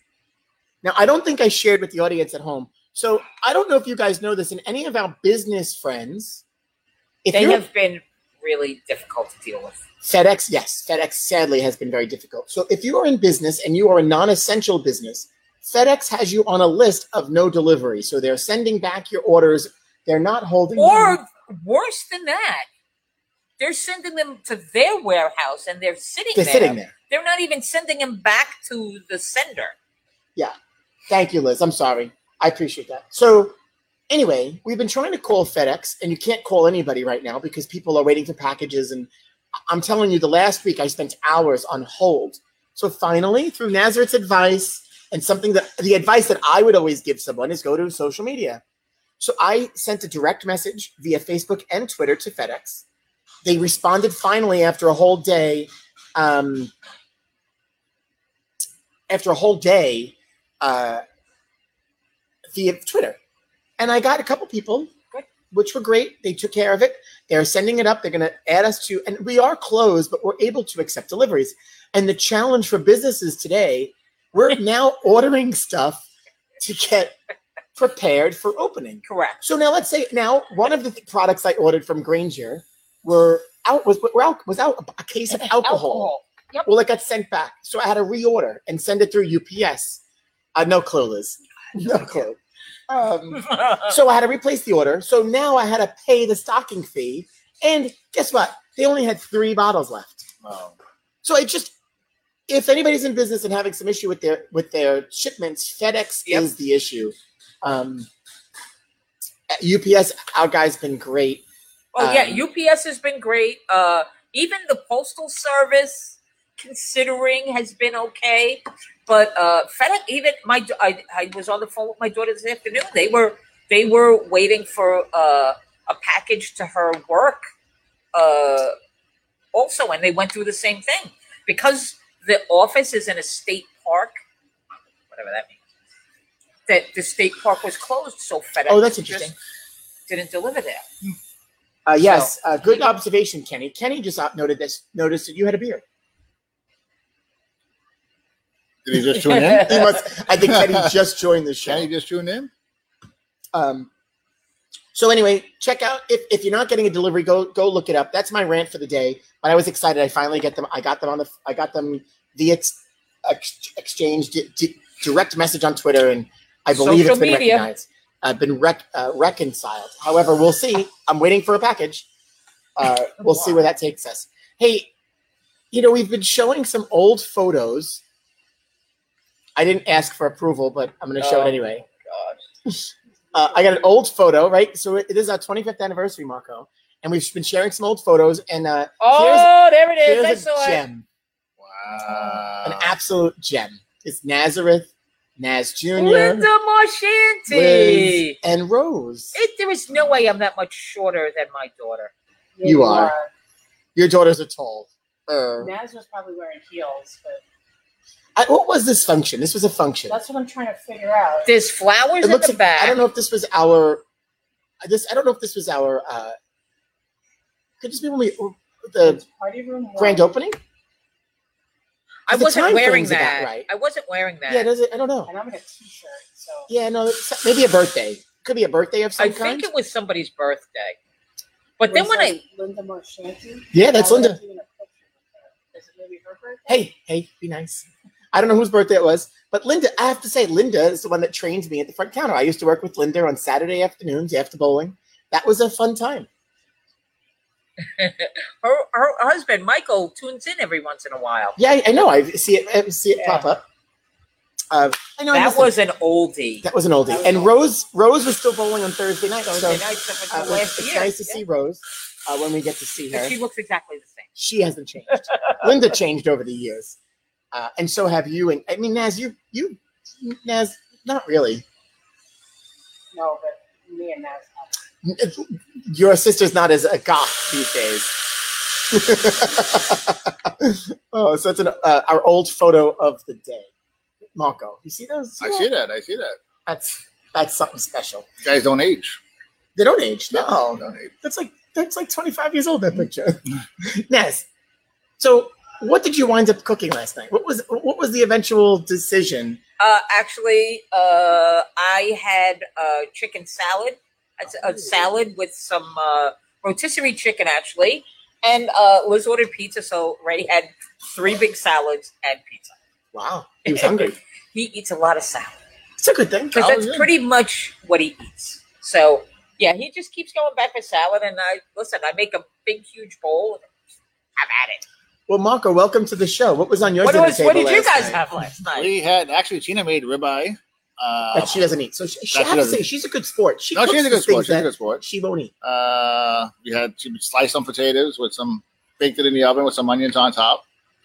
Speaker 1: Now I don't think I shared with the audience at home. So I don't know if you guys know this. In any of our business friends, if
Speaker 2: they
Speaker 1: you're
Speaker 2: have been really difficult to deal with.
Speaker 1: FedEx, yes, FedEx sadly has been very difficult. So if you are in business and you are a non-essential business, FedEx has you on a list of no delivery. So they're sending back your orders. They're not holding you.
Speaker 2: Or worse than that, they're sending them to their warehouse and they're sitting
Speaker 1: They're
Speaker 2: there.
Speaker 1: sitting there.
Speaker 2: They're not even sending them back to the sender.
Speaker 1: Thank you, Liz. I'm sorry. I appreciate that. So anyway, we've been trying to call FedEx and you can't call anybody right now because people are waiting for packages. And I- I'm telling you, the last week I spent hours on hold. So finally, through Nazareth's advice and something that the advice that I would always give someone is go to social media. So I sent a direct message via Facebook and Twitter to FedEx. They responded finally after a whole day um, after a whole day uh, via Twitter. And I got a couple people,
Speaker 2: Good.
Speaker 1: which were great. They took care of it. They're sending it up. They're going to add us to, and we are closed, but we're able to accept deliveries. And the challenge for businesses today, we're now ordering stuff to get prepared for opening.
Speaker 2: Correct.
Speaker 1: So now let's say now one of the th- products I ordered from Granger were out was were out, was out a case of alcohol. Well, it got sent back, so I had to reorder and send it through UPS. Uh, no clue, Liz. No clue. Um, so I had to replace the order. So now I had to pay the stocking fee, and guess what? They only had three bottles left.
Speaker 4: Oh,
Speaker 1: So it just if anybody's in business and having some issue with their with their shipments, FedEx
Speaker 2: Yep.
Speaker 1: is the issue. Um, UPS, our guy's been great.
Speaker 2: Oh
Speaker 1: Um,
Speaker 2: yeah, UPS has been great. Uh, even the postal service, considering, has been okay. But uh, FedEx, even my, da- I, I was on the phone with my daughter this afternoon. They were they were waiting for uh, a package to her work, uh, also, and they went through the same thing because the office is in a state park, whatever that means. That the state park was closed, so FedEx.
Speaker 1: Oh, that's
Speaker 2: just
Speaker 1: interesting.
Speaker 2: Didn't deliver there.
Speaker 1: Uh, yes, uh, good observation, Kenny. Kenny just out- noted this. Noticed that you had a beer.
Speaker 4: did he just tune in?
Speaker 1: He must. I think Kenny just joined the show.
Speaker 4: Can he just tune in?
Speaker 1: Um, so anyway, check out if, if you're not getting a delivery, go go look it up. That's my rant for the day. But I was excited. I finally get them. I got them on the. I got them via ex, ex, exchange di, di, direct message on Twitter, and I believe
Speaker 2: Social
Speaker 1: it's been
Speaker 2: media.
Speaker 1: recognized. I've been rec, uh, reconciled. However, we'll see. I'm waiting for a package. Uh, we'll see where that takes us. Hey, you know we've been showing some old photos. I didn't ask for approval, but I'm going to show
Speaker 2: Oh.
Speaker 1: it anyway. Uh, I got an old photo, right? So it it is our 25th anniversary, Marco, and we've been sharing some old photos. And uh,
Speaker 2: Oh, there it is. I
Speaker 1: here's
Speaker 2: saw
Speaker 1: a
Speaker 2: it.
Speaker 1: gem,
Speaker 4: Wow.
Speaker 1: an absolute gem. It's Nazareth, Naz Jr.,
Speaker 2: Linda Marchanti.
Speaker 1: Liz, and Rose.
Speaker 2: It, there is no way I'm that much shorter than my daughter.
Speaker 1: You are. Your daughters are tall. Uh,
Speaker 3: Naz was probably wearing heels, but
Speaker 1: I, what was this function? This was a function.
Speaker 3: that's what I'm trying to figure out.
Speaker 2: There's flowers
Speaker 1: It
Speaker 2: in the
Speaker 1: looks like,
Speaker 2: back.
Speaker 1: I don't know if this was our. This I don't know if this was our. Uh, could this be when we uh, the
Speaker 3: It's party room one.
Speaker 1: grand opening?
Speaker 2: I
Speaker 1: the
Speaker 2: wasn't
Speaker 1: time
Speaker 2: wearing
Speaker 1: frame's about
Speaker 2: that.
Speaker 1: right.
Speaker 2: I wasn't wearing that.
Speaker 1: Yeah, does it? I don't know.
Speaker 3: and I'm in a t-shirt, so
Speaker 1: Yeah, no, it's- maybe a birthday. Could be a birthday of some
Speaker 2: I
Speaker 1: kind.
Speaker 2: think it was somebody's birthday. But then when I
Speaker 3: Linda Marchanti.
Speaker 1: yeah, that's
Speaker 3: I was
Speaker 1: Linda.
Speaker 3: taking a picture with her. Is it maybe her birthday?
Speaker 1: Hey, hey, be nice. I don't know whose birthday it was, but Linda, I have to say, Linda is the one that trains me at the front counter. I used to work with Linda on Saturday afternoons after bowling. That was a fun time.
Speaker 2: her, her husband Michael tunes in every once in a while.
Speaker 1: Yeah, I, I know. I see it. I see it
Speaker 2: Yeah.
Speaker 1: pop up. Uh, I know I
Speaker 2: That
Speaker 1: missed it.
Speaker 2: was an oldie.
Speaker 1: that was an oldie. And Rose, Rose was still bowling on Thursday night.
Speaker 2: So
Speaker 1: so
Speaker 2: they nice up
Speaker 1: uh,
Speaker 2: until
Speaker 1: it's,
Speaker 2: last
Speaker 1: it's
Speaker 2: year.
Speaker 1: nice to
Speaker 2: Yeah.
Speaker 1: see Rose uh, when we get to see her.
Speaker 2: And She looks exactly the same.
Speaker 1: She hasn't changed. Linda changed over the years, uh, and so have you. And I mean, Naz, you, you, Naz, not really.
Speaker 3: No, but me and Naz. have-
Speaker 1: Your sister's not as a goth these days. oh, so it's an, uh, our old photo of the day, Marco. You see those?
Speaker 4: I see that. I see that.
Speaker 1: That's that's something special.
Speaker 4: You guys don't age.
Speaker 1: They don't age. No,
Speaker 4: Don't age.
Speaker 1: that's like that's like twenty five years old. That picture, Naz. So. What did you wind up cooking last night? What was what was the eventual decision?
Speaker 2: Uh, actually, uh, I had uh, chicken salad. That's a salad with some uh, rotisserie chicken, actually. And uh, Liz ordered pizza, so Ray had three big salads and pizza.
Speaker 1: Wow, he was hungry.
Speaker 2: He eats a lot of salad
Speaker 1: It's a good thing.
Speaker 2: because
Speaker 4: Oh,
Speaker 2: that's
Speaker 4: yeah.
Speaker 2: pretty much what he eats. So yeah, he just keeps going back for salad. And I listen, I make a big, huge bowl. And I'm at it.
Speaker 1: Well, Marco, welcome to the show. What was on your
Speaker 2: What,
Speaker 1: dinner
Speaker 2: was,
Speaker 1: table
Speaker 2: what did you
Speaker 1: last
Speaker 2: guys
Speaker 1: night?
Speaker 2: have last night?
Speaker 4: We had actually Tina made ribeye. Uh,
Speaker 1: That she doesn't eat. So she, she
Speaker 4: That
Speaker 1: I
Speaker 4: she
Speaker 1: have to
Speaker 4: doesn't
Speaker 1: say,
Speaker 4: eat.
Speaker 1: she's a good sport. She
Speaker 4: no,
Speaker 1: cooks
Speaker 4: she's a
Speaker 1: the
Speaker 4: good sport.
Speaker 1: things
Speaker 4: She's a
Speaker 1: that
Speaker 4: good sport.
Speaker 1: she won't eat.
Speaker 4: Uh, we had she sliced some potatoes with some baked it in the oven with some onions on top,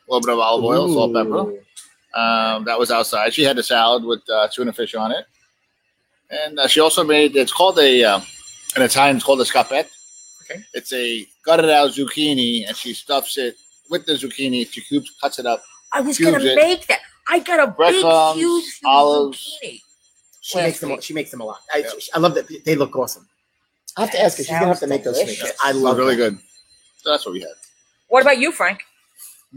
Speaker 4: a little bit of olive oil, salt, pepper.
Speaker 1: Ooh.
Speaker 4: Um, that was outside. She had a salad with uh, tuna fish on it, and uh, she also made. It's called a um, in Italian. It's called a scappette.
Speaker 1: Okay.
Speaker 4: It's a gutted out zucchini, and she stuffs it with the zucchini. She cubes, cuts it up.
Speaker 2: I was
Speaker 4: Huge
Speaker 2: gonna
Speaker 4: it.
Speaker 2: make that. I got a big,
Speaker 4: Breadcrumbs,
Speaker 2: huge, huge
Speaker 4: olives.
Speaker 2: zucchini.
Speaker 1: She
Speaker 2: Last
Speaker 1: makes them.
Speaker 2: week.
Speaker 1: She makes them a lot. I,
Speaker 4: Yeah.
Speaker 1: I love that. They look awesome. I have to ask her. She's gonna have to make those for me.
Speaker 2: Sounds
Speaker 1: I love.
Speaker 4: really
Speaker 1: that.
Speaker 4: good. So that's what we had.
Speaker 2: What about you, Frank?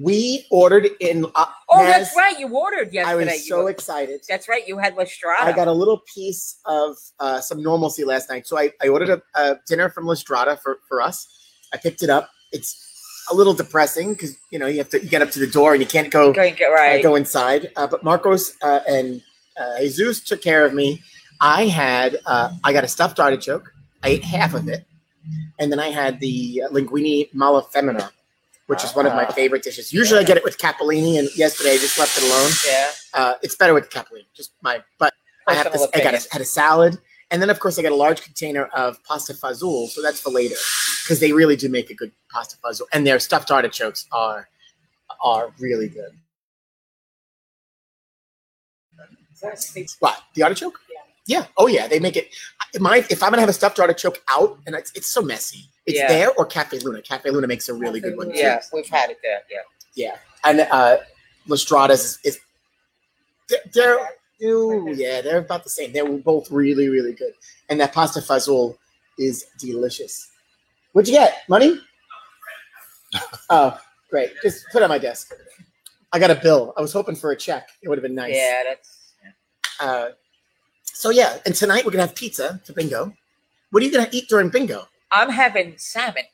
Speaker 1: We ordered in. Uh,
Speaker 2: Oh,
Speaker 1: Naz,
Speaker 2: that's right. You ordered yesterday.
Speaker 1: I was
Speaker 2: you,
Speaker 1: so excited.
Speaker 2: that's right. You had Lestrada.
Speaker 1: I got a little piece of uh, some normalcy last night. So I, I ordered a, a dinner from Lestrada for, for us. I picked it up. It's a little depressing because you know you have to you get up to the door and you can't go
Speaker 2: Going get
Speaker 1: uh,
Speaker 2: right.
Speaker 1: go inside. Uh, but Marcos uh, and uh, Jesus took care of me. I had uh, I got a stuffed artichoke. I ate half of it, and then I had the linguine malafemina, which is one of my
Speaker 2: Ah.
Speaker 1: favorite dishes. Usually I get it with capellini, and yesterday I just left it alone.
Speaker 2: yeah.
Speaker 1: Uh, it's better with capellini. Just my but I have this.
Speaker 2: Personal
Speaker 1: I got
Speaker 2: opinion.
Speaker 1: a, had a salad, and then of course I got a large container of pasta fazool. So that's for later, because they really do make a good pasta fazool, and their stuffed artichokes are are really good. What the artichoke?
Speaker 3: Yeah.
Speaker 1: Yeah. Oh yeah, they make it. My if I'm gonna have a stuffed artichoke out, and it's, it's so messy. It's
Speaker 2: Yeah.
Speaker 1: there or Cafe Luna. Cafe Luna makes a really good one. too.
Speaker 2: Yeah, we've had it there. Yeah.
Speaker 1: Yeah. And uh, Lestrada's is, is they're, they're ooh, yeah, they're about the same. They were both really, really good. And that pasta fazool is delicious. What'd you get? Money? oh, great. Just put it on my desk. I got a bill. I was hoping for a check. It would have been nice.
Speaker 2: Yeah, that's.
Speaker 1: Uh, so yeah, and tonight we're gonna have pizza for bingo. What are you gonna eat during bingo?
Speaker 2: I'm having salmon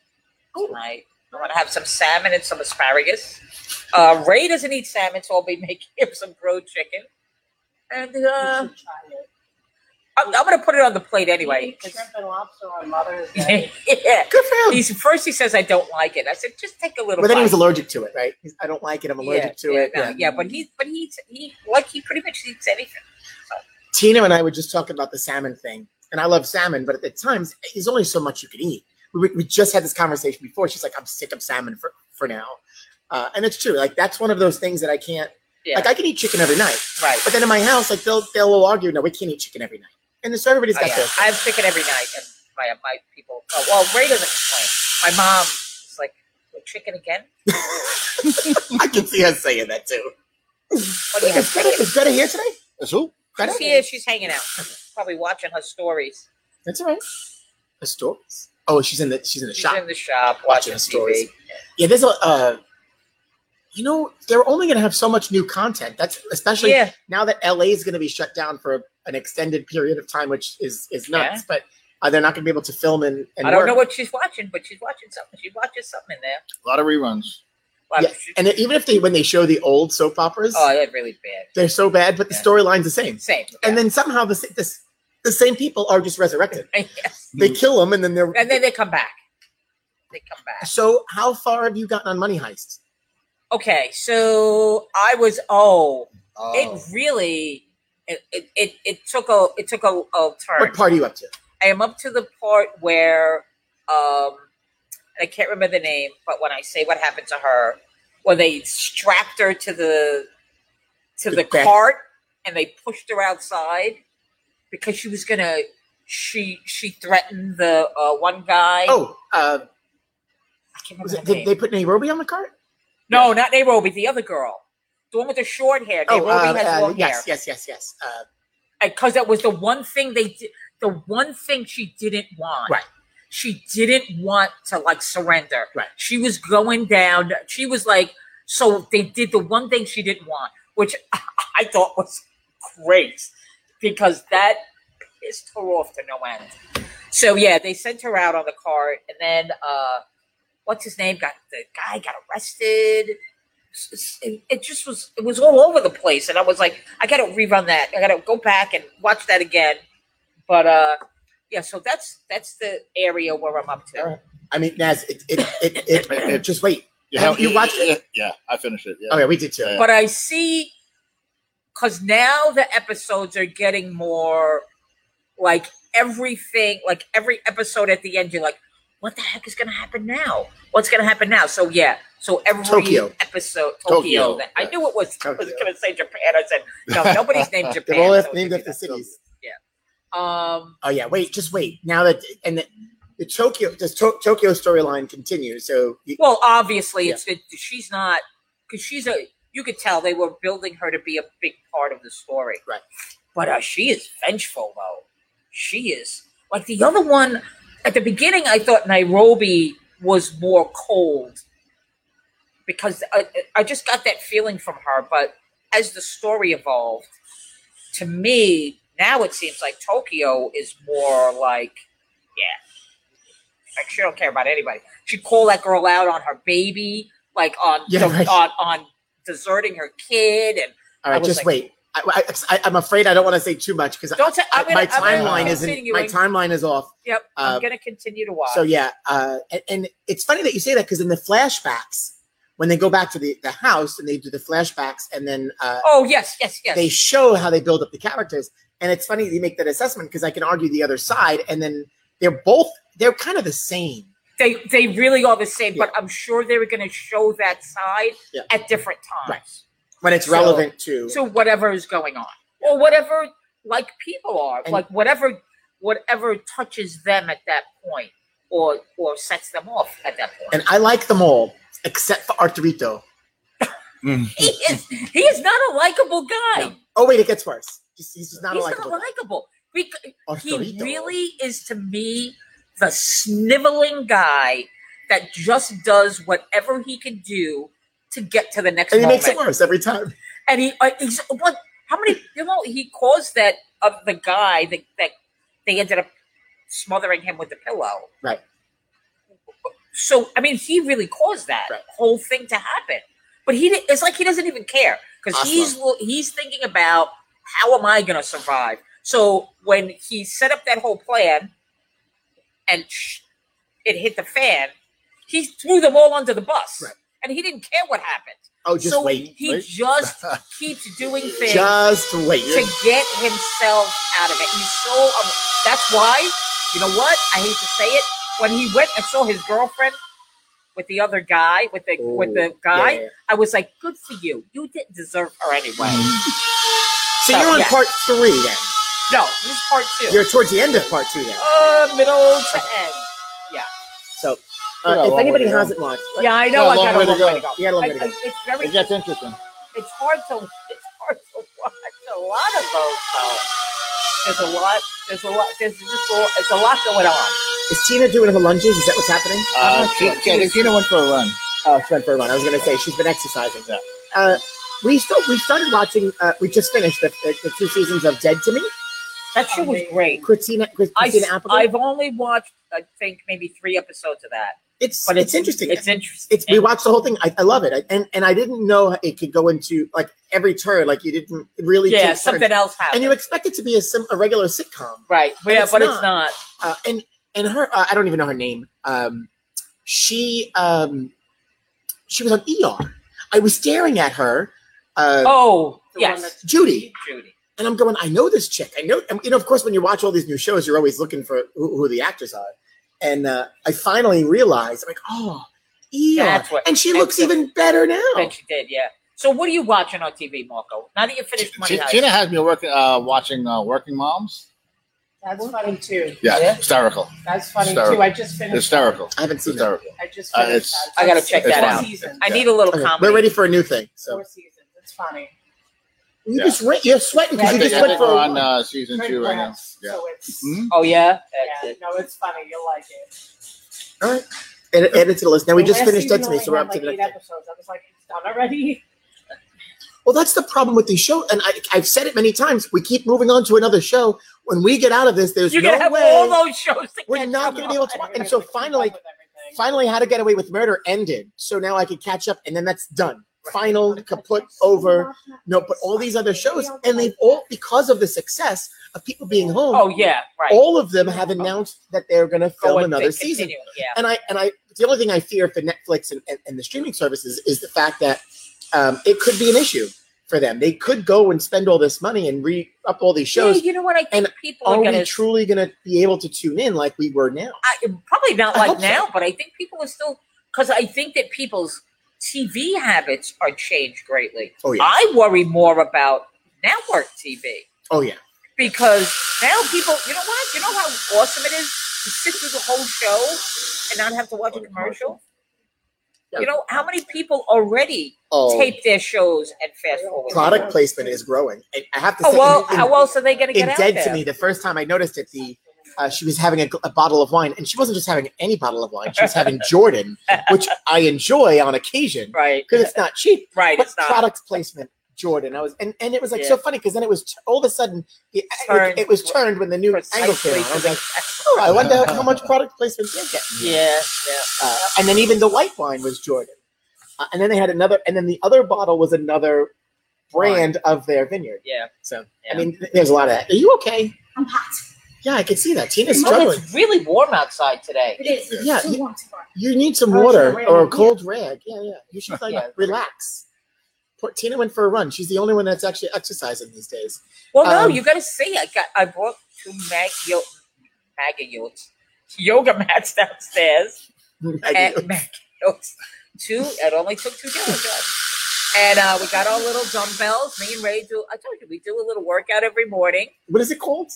Speaker 2: tonight. I'm gonna have some salmon and some asparagus. Uh, Ray doesn't eat salmon, so I'll be making him some grilled chicken. And uh,
Speaker 3: You should try it.
Speaker 2: I'm, I'm gonna put it on the plate
Speaker 3: You
Speaker 2: anyway.
Speaker 3: eat shrimp and lobster on Mother's Day.
Speaker 2: yeah.
Speaker 1: Good for him.
Speaker 2: He's first he says I don't like it. I said just take a little.
Speaker 1: But then he was
Speaker 2: bite."
Speaker 1: allergic to it, right? He's, I don't like it. I'm allergic
Speaker 2: yeah,
Speaker 1: to
Speaker 2: yeah,
Speaker 1: it.
Speaker 2: no,
Speaker 1: Yeah.
Speaker 2: yeah, but he but he eats he like he pretty much eats anything.
Speaker 1: Tina and I were just talking about the salmon thing, and I love salmon, but at the times, there's only so much you can eat. We, we just had this conversation before. She's like, "I'm sick of salmon for for now," uh, and it's true. Like that's one of those things that I can't.
Speaker 2: Yeah.
Speaker 1: Like I can eat chicken every night,
Speaker 2: Right.
Speaker 1: but then in my house, like they'll they'll argue, "No, we can't eat chicken every night." And so everybody's got
Speaker 2: Oh, yeah.
Speaker 1: their
Speaker 2: I have chicken every night, and my my people. Oh, well, Ray doesn't complain. My mom is like, "Well, chicken again?
Speaker 1: I can see us saying that too.
Speaker 2: What do you have
Speaker 1: Is Greta,
Speaker 2: chicken?
Speaker 1: is Greta here today?
Speaker 4: That's who?
Speaker 1: Greta?
Speaker 2: She's here. She's hanging out. Probably watching her stories.
Speaker 1: That's all right. A store? Oh, she's in the she's in the
Speaker 2: She's
Speaker 1: shop.
Speaker 2: in the shop
Speaker 1: Watching
Speaker 2: watching,
Speaker 1: her
Speaker 2: TV.
Speaker 1: stories. yeah, there's a. Uh, you know, they're only going to have so much new content. That's especially
Speaker 2: yeah,
Speaker 1: now that LA is going to be shut down for an extended period of time, which is is nuts.
Speaker 2: Yeah.
Speaker 1: But uh, they're not going to be able to film and, and
Speaker 2: I don't
Speaker 1: work.
Speaker 2: know what she's watching, but she's watching something. She watches something in there.
Speaker 4: A lot of reruns.
Speaker 2: Well,
Speaker 1: Yeah,
Speaker 2: she-
Speaker 1: and even if they when they show the old soap operas,
Speaker 2: oh, they're really bad.
Speaker 1: they're so bad, but the
Speaker 2: Yeah.
Speaker 1: storyline's the same.
Speaker 2: Same.
Speaker 1: And then somehow the sa- this the same people are just resurrected.
Speaker 2: then,
Speaker 1: They kill them, and then they're.
Speaker 2: and then they come back. They come back.
Speaker 1: so how far have you gotten on Money Heist?
Speaker 2: Okay, so I was oh,
Speaker 4: Oh.
Speaker 2: it really it, it, it, it took a it took a, a turn.
Speaker 1: What part are you up to?
Speaker 2: I am up to the part where um and I can't remember the name, but when I say what happened to her, where they strapped her to the to
Speaker 1: The
Speaker 2: the
Speaker 1: back.
Speaker 2: cart and they pushed her outside because she was gonna she she threatened the uh, one guy.
Speaker 1: Oh, uh,
Speaker 2: I can't
Speaker 1: was
Speaker 2: remember
Speaker 1: it,
Speaker 2: the name.
Speaker 1: did they put Nairobi on the cart?
Speaker 2: no, not Nairobi, the other girl. The one with the short hair.
Speaker 1: Oh,
Speaker 2: Nairobi
Speaker 1: uh,
Speaker 2: has
Speaker 1: uh,
Speaker 2: long hair.
Speaker 1: yes, yes, yes, yes. Uh,
Speaker 2: because that was the one thing they did the one thing she didn't want
Speaker 1: Right.
Speaker 2: she didn't want to like surrender
Speaker 1: Right.
Speaker 2: she was going down she was like so they did the one thing she didn't want which i thought was great because that pissed her off to no end so yeah they sent her out on the cart and then uh what's his name got the guy got arrested s- s- it it just was it was all over the place and i was like i gotta rerun that i gotta go back and watch that again but uh yeah so that's that's the area where i'm up to
Speaker 1: All right. I mean, Naz, it, it, it, it, it- just wait.
Speaker 4: You,
Speaker 1: Have you watched
Speaker 4: it? Yeah, I finished it. Yeah.
Speaker 1: Oh yeah, we did too.
Speaker 4: Yeah.
Speaker 2: but i see because now the episodes are getting more like everything like every episode at the end you're like what the heck is gonna happen now what's gonna happen now so yeah so every
Speaker 1: Tokyo.
Speaker 2: episode
Speaker 4: Tokyo,
Speaker 2: tokyo, that i
Speaker 4: yeah.
Speaker 2: knew it was i was
Speaker 1: Tokyo.
Speaker 2: gonna say japan i said no nobody's named japan
Speaker 1: They're all
Speaker 2: so it
Speaker 1: named
Speaker 2: could
Speaker 1: after
Speaker 2: be that.
Speaker 1: cities.
Speaker 2: Um,
Speaker 1: Oh yeah, wait, just wait. Now that and the, the Tokyo the to- Tokyo storyline continues. So you,
Speaker 2: Well, obviously, it's it, she's not because she's a. You could tell they were building her to be a big part of the story,
Speaker 1: Right.
Speaker 2: But uh, she is vengeful, though. She is like the other one at the beginning. I thought Nairobi was more cold because I, I just got that feeling from her. But as the story evolved, to me now it seems like Tokyo is more like, yeah, like she don't care about anybody. She'd call that girl out on her baby, like on
Speaker 1: Yeah, right.
Speaker 2: on, on deserting her kid, and
Speaker 1: all
Speaker 2: I
Speaker 1: right,
Speaker 2: was
Speaker 1: just
Speaker 2: like-
Speaker 1: wait. I, I, am afraid I don't want to say too much because
Speaker 2: don't say I'm gonna,
Speaker 1: my
Speaker 2: I'm gonna
Speaker 1: timeline
Speaker 2: keep
Speaker 1: isn't my
Speaker 2: continuing.
Speaker 1: timeline is off.
Speaker 2: Yep,
Speaker 1: uh,
Speaker 2: I'm gonna continue to watch.
Speaker 1: So yeah, uh, and, and it's funny that you say that because in the flashbacks, when they go back to the, the house and they do the flashbacks, and then uh,
Speaker 2: oh yes, yes, yes.
Speaker 1: they show how they build up the characters, and it's funny that you make that assessment because I can argue the other side, and then they're both they're kind of the same.
Speaker 2: they they really are the same, but I'm sure they were gonna show that side
Speaker 1: Yeah.
Speaker 2: at different times.
Speaker 1: when it's
Speaker 2: So-
Speaker 1: relevant to
Speaker 2: So whatever is going on, or whatever like people are,
Speaker 1: And-
Speaker 2: like whatever whatever touches them at that point, or or sets them off at that point.
Speaker 1: and I like them all except for Arturito.
Speaker 2: he is he is not a likable guy.
Speaker 1: No. Oh wait, it gets worse. He's, he's just not
Speaker 2: He's
Speaker 1: a likable.
Speaker 2: not likable. Bec- he
Speaker 1: Arturito.
Speaker 2: really is to me the sniveling guy that just does whatever he can do to get to the next
Speaker 1: and he
Speaker 2: moment.
Speaker 1: makes it worse every time.
Speaker 2: and he uh, he's what how many you know he caused that of the guy that that they ended up smothering him with the pillow
Speaker 1: Right.
Speaker 2: so i mean he really caused that
Speaker 1: Right.
Speaker 2: whole thing to happen but he di- it's like he doesn't even care because
Speaker 1: Awesome.
Speaker 2: he's lo- he's thinking about how am i going to survive so when he set up that whole plan and sh- it hit the fan he threw them all under the bus
Speaker 1: Right.
Speaker 2: and he didn't care what happened
Speaker 1: Oh, just
Speaker 2: so
Speaker 1: wait.
Speaker 2: he
Speaker 1: wait.
Speaker 2: just keeps doing things
Speaker 1: Just wait.
Speaker 2: to get himself out of it. He's so. Um, that's why, you know what? I hate to say it. When he went and saw his girlfriend with the other guy, with the with the
Speaker 1: Oh,
Speaker 2: guy,
Speaker 1: yeah.
Speaker 2: I was like, "Good for you. You didn't deserve her anyway."
Speaker 1: So you're on
Speaker 2: Oh, Yeah.
Speaker 1: part three then.
Speaker 2: No, this is part 2
Speaker 1: You're towards the end of part two now.
Speaker 2: uh, middle to end.
Speaker 1: So
Speaker 4: Yeah,
Speaker 1: uh,
Speaker 4: long
Speaker 1: if
Speaker 4: way
Speaker 1: anybody
Speaker 4: to go.
Speaker 1: hasn't watched,
Speaker 2: Yeah, I know.
Speaker 4: Yeah,
Speaker 2: I
Speaker 4: long
Speaker 2: got a
Speaker 4: way to
Speaker 2: long
Speaker 4: go.
Speaker 2: way to go.
Speaker 1: yeah, long
Speaker 2: I,
Speaker 1: way to
Speaker 2: I,
Speaker 1: go.
Speaker 2: it's very.
Speaker 4: It gets interesting.
Speaker 2: it's hard to it's hard to watch a lot of those though. There's a lot. There's a lot. There's just a, lot- it's a lot going on.
Speaker 1: Is Tina doing her lunges? Is that what's happening?
Speaker 4: Uh,
Speaker 2: not
Speaker 4: she,
Speaker 2: sure.
Speaker 4: yeah, I think Tina went for a run.
Speaker 1: Oh, she went for a run. I was going to say she's been exercising. Uh, we still we started watching. Uh, we just finished the, the, the two seasons of Dead to Me.
Speaker 2: That show was great.
Speaker 1: Christina
Speaker 2: I,
Speaker 1: Christina Applegate.
Speaker 2: I've only watched, I think, maybe three episodes of that.
Speaker 1: it's,
Speaker 2: But
Speaker 1: it's interesting.
Speaker 2: It's interesting.
Speaker 1: it's we watched the whole thing. I, I love it, I, and and I didn't know it could go into like every turn. Like you didn't it really.
Speaker 2: yeah,
Speaker 1: takes turns.
Speaker 2: something else happened.
Speaker 1: And you expect it to be a, sim- a regular sitcom,
Speaker 2: right.
Speaker 1: but
Speaker 2: yeah,
Speaker 1: it's
Speaker 2: but
Speaker 1: not.
Speaker 2: it's not.
Speaker 1: uh, and and her uh, I don't even know her name. Um, she um, she was on ER. I was staring at her, uh,
Speaker 2: Oh,
Speaker 3: The one
Speaker 2: yes.
Speaker 3: that's-
Speaker 1: Judy,
Speaker 2: Judy.
Speaker 1: and I'm going. I know this chick. I know. And, you know, of course, when you watch all these new shows, you're always looking for who, who the actors are. And uh, I finally realized, I'm like, oh, ER,
Speaker 2: That's what-
Speaker 1: and she
Speaker 2: that's
Speaker 1: looks
Speaker 2: it.
Speaker 1: even better now.
Speaker 2: Then she did, yeah. So what are you watching on TV, Marco? Now that you finished Money
Speaker 4: T-
Speaker 2: Heist.
Speaker 4: Tina has me working, uh, watching uh, Working Moms.
Speaker 3: That's funny too.
Speaker 4: Yeah,
Speaker 2: Yeah.
Speaker 4: hysterical,
Speaker 3: That's funny
Speaker 4: Hysterical.
Speaker 3: too. I just finished.
Speaker 4: hysterical,
Speaker 1: I haven't seen that.
Speaker 4: hysterical.
Speaker 3: I just
Speaker 4: Uh,
Speaker 3: finished.
Speaker 4: it's-
Speaker 3: that.
Speaker 2: I gotta
Speaker 3: It's
Speaker 2: check
Speaker 3: four
Speaker 2: that out.
Speaker 3: Seasons.
Speaker 2: I need a little
Speaker 1: Okay,
Speaker 2: comedy.
Speaker 1: we're ready for a new thing. So
Speaker 3: four seasons. It's funny.
Speaker 1: you
Speaker 4: Yeah.
Speaker 1: just went, you're sweating because
Speaker 3: Yeah,
Speaker 4: I
Speaker 1: you
Speaker 4: think,
Speaker 1: just
Speaker 4: I
Speaker 1: went
Speaker 4: think
Speaker 1: for
Speaker 4: we're
Speaker 1: a
Speaker 4: on
Speaker 1: run.
Speaker 4: uh, season two right now.
Speaker 3: Congrats.
Speaker 4: Yeah.
Speaker 3: So it's
Speaker 1: Mm-hmm.
Speaker 4: Hmm?
Speaker 2: oh, yeah? That's
Speaker 3: yeah.
Speaker 2: it.
Speaker 3: No, it's funny. You'll like it.
Speaker 1: All right, edit, edit to the list. Now we
Speaker 3: The
Speaker 1: just
Speaker 3: last
Speaker 1: finished
Speaker 3: season
Speaker 1: Dead to Me,
Speaker 3: only
Speaker 1: so we're
Speaker 3: had,
Speaker 1: up to
Speaker 3: like
Speaker 1: the
Speaker 3: eight
Speaker 1: next. thing.
Speaker 3: episodes. I was like, it's done already.
Speaker 1: Well, that's the problem with these shows, and I, I've said it many times. We keep moving on to another show. When we get out of this, there's
Speaker 2: You're
Speaker 1: no
Speaker 2: going to have
Speaker 1: way
Speaker 2: all those shows to
Speaker 1: we're
Speaker 2: catch
Speaker 1: not
Speaker 2: up
Speaker 1: going to be
Speaker 2: on.
Speaker 1: able to.
Speaker 3: I
Speaker 1: watch-
Speaker 3: didn't
Speaker 1: And so
Speaker 3: really keep up
Speaker 1: finally,
Speaker 3: with everything.
Speaker 1: finally, How to Get Away with Murder ended. So now I could catch up, and then that's done. Final, kaput, over. No, but all these other shows, and they've all because of the success of people being home.
Speaker 2: Oh, yeah, right.
Speaker 1: All of them have announced that they're going to
Speaker 2: Go
Speaker 1: film
Speaker 2: and
Speaker 1: another
Speaker 2: continue,
Speaker 1: season.
Speaker 2: Yeah.
Speaker 1: and I and I the only thing I fear for Netflix and, and, and the streaming services is the fact that um, it could be an issue for them. They could go and spend all this money and re up all these shows.
Speaker 2: Yeah, you know what? I think
Speaker 1: and
Speaker 2: people
Speaker 1: Are
Speaker 2: are going
Speaker 1: we
Speaker 2: to
Speaker 1: truly going to be able to tune in like we were now?
Speaker 2: I, probably not
Speaker 1: I hope
Speaker 2: like
Speaker 1: so.
Speaker 2: now, but I think people are still because I think that people's TV habits are changed greatly.
Speaker 1: Oh yeah,
Speaker 2: I worry more about network TV
Speaker 1: oh yeah.
Speaker 2: because now people, you know what? You know how awesome it is to sit through the whole show and not have to watch a commercial. You know how many people already
Speaker 1: Oh,
Speaker 2: tape their shows and fast forward.
Speaker 1: product placement is growing. And I have to
Speaker 2: Oh
Speaker 1: say,
Speaker 2: well,
Speaker 1: in-
Speaker 2: how else are they going to
Speaker 1: it
Speaker 2: get out
Speaker 1: dead
Speaker 2: there?
Speaker 1: to me the first time I noticed it. The uh, she was having a, gl- a bottle of wine, and she wasn't just having any bottle of wine. She was having Jordan, which I enjoy on occasion
Speaker 2: Right,
Speaker 1: because it's not cheap.
Speaker 2: right.
Speaker 1: But
Speaker 2: It's not
Speaker 1: product placement, Jordan. I was, and, and it was like so funny because then it was t- all of a sudden it, it-
Speaker 2: Turned.
Speaker 1: it was turned when the new angle
Speaker 2: precisely
Speaker 1: came on. I was like,
Speaker 2: the-
Speaker 1: oh, I wonder how much product placement they're getting.
Speaker 2: yeah, yeah.
Speaker 1: Uh, and then even the white wine was Jordan. Uh, and then they had another, and then the other bottle was another brand of their vineyard.
Speaker 2: Yeah.
Speaker 1: So I
Speaker 2: Yeah.
Speaker 1: mean, th- there's a lot of that. Are you okay?
Speaker 3: I'm hot.
Speaker 1: Yeah, I can see that. Tina's
Speaker 2: Oh,
Speaker 1: struggling.
Speaker 2: it's really warm outside today.
Speaker 3: It is.
Speaker 1: Yeah,
Speaker 3: It's too
Speaker 1: you-
Speaker 3: warm to burn.
Speaker 1: You need some
Speaker 3: Oh,
Speaker 1: water
Speaker 3: sure,
Speaker 1: or a
Speaker 3: yeah.
Speaker 1: cold rag. Yeah, yeah. You should like
Speaker 2: Yeah.
Speaker 1: relax. Poor, Tina went for a run. She's the only one that's actually exercising these days.
Speaker 2: Well, no,
Speaker 1: Um,
Speaker 2: you got to see. I got. I brought two mag yo, maga yotes, yoga mats downstairs
Speaker 1: I do.
Speaker 2: at maga yotes. Two. It only took two yoga mats. And uh, we got our little dumbbells. Me and Ray do. I told you we do a little workout every morning.
Speaker 1: What is it called?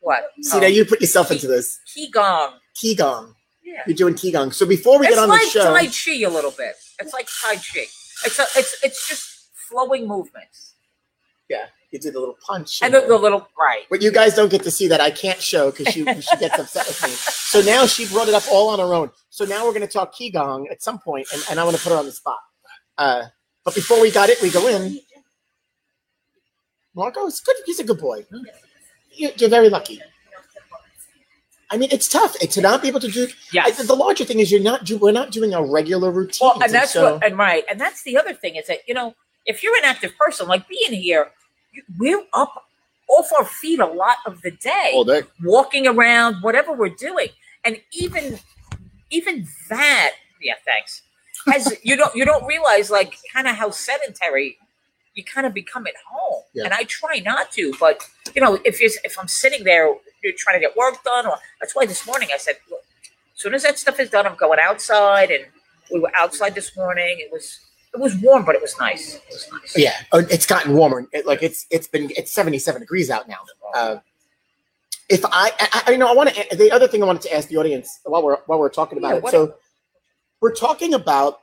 Speaker 2: What? Um,
Speaker 1: See, now you put yourself into this
Speaker 2: Qigong.
Speaker 1: qigong.
Speaker 2: Yeah.
Speaker 1: You're doing qigong. So before we
Speaker 2: It's
Speaker 1: get on
Speaker 2: like
Speaker 1: the show,
Speaker 2: Tai Chi a little bit. It's like Tai Chi. It's a, it's it's just flowing movements
Speaker 1: yeah, you did a little punch.
Speaker 2: and
Speaker 1: in
Speaker 2: the,
Speaker 1: there.
Speaker 2: the little right.
Speaker 1: But you guys don't get to see that. I can't show because she, she gets upset with me. So now she brought it up all on her own. So now we're going to talk Qigong at some point, and, and I want to put her on the spot. Uh, but before we got it, we go in. Marco is good. He's a good boy. You- You're very lucky. I mean, it's tough to not be able to do. I,
Speaker 2: Yes.
Speaker 1: the larger thing is you're not. Do, we're not doing our regular routine.
Speaker 2: Well, and that's what, and right, and that's the other thing is that you know, if you're an active person, like being here, you, we're up off our feet a lot of the day,
Speaker 4: All day.
Speaker 2: walking around, whatever we're doing, and even even that, yeah, thanks. Has you don't you don't realize like kind of how sedentary you kind of become at home,
Speaker 1: Yeah.
Speaker 2: and I try not to, but you know, if you if I'm sitting there, you're trying to get work done, or that's why this morning I said, look, as soon as that stuff is done, I'm going outside, and we were outside this morning. It was it was warm, but it was nice. It was nice.
Speaker 1: Yeah, oh, it's gotten warmer. It, like it's it's been it's seventy seven degrees out now. Uh, if I, I, I you know I want to the other thing I wanted to ask the audience while we're while we're talking about
Speaker 2: Yeah,
Speaker 1: it.
Speaker 2: what-
Speaker 1: So we're talking about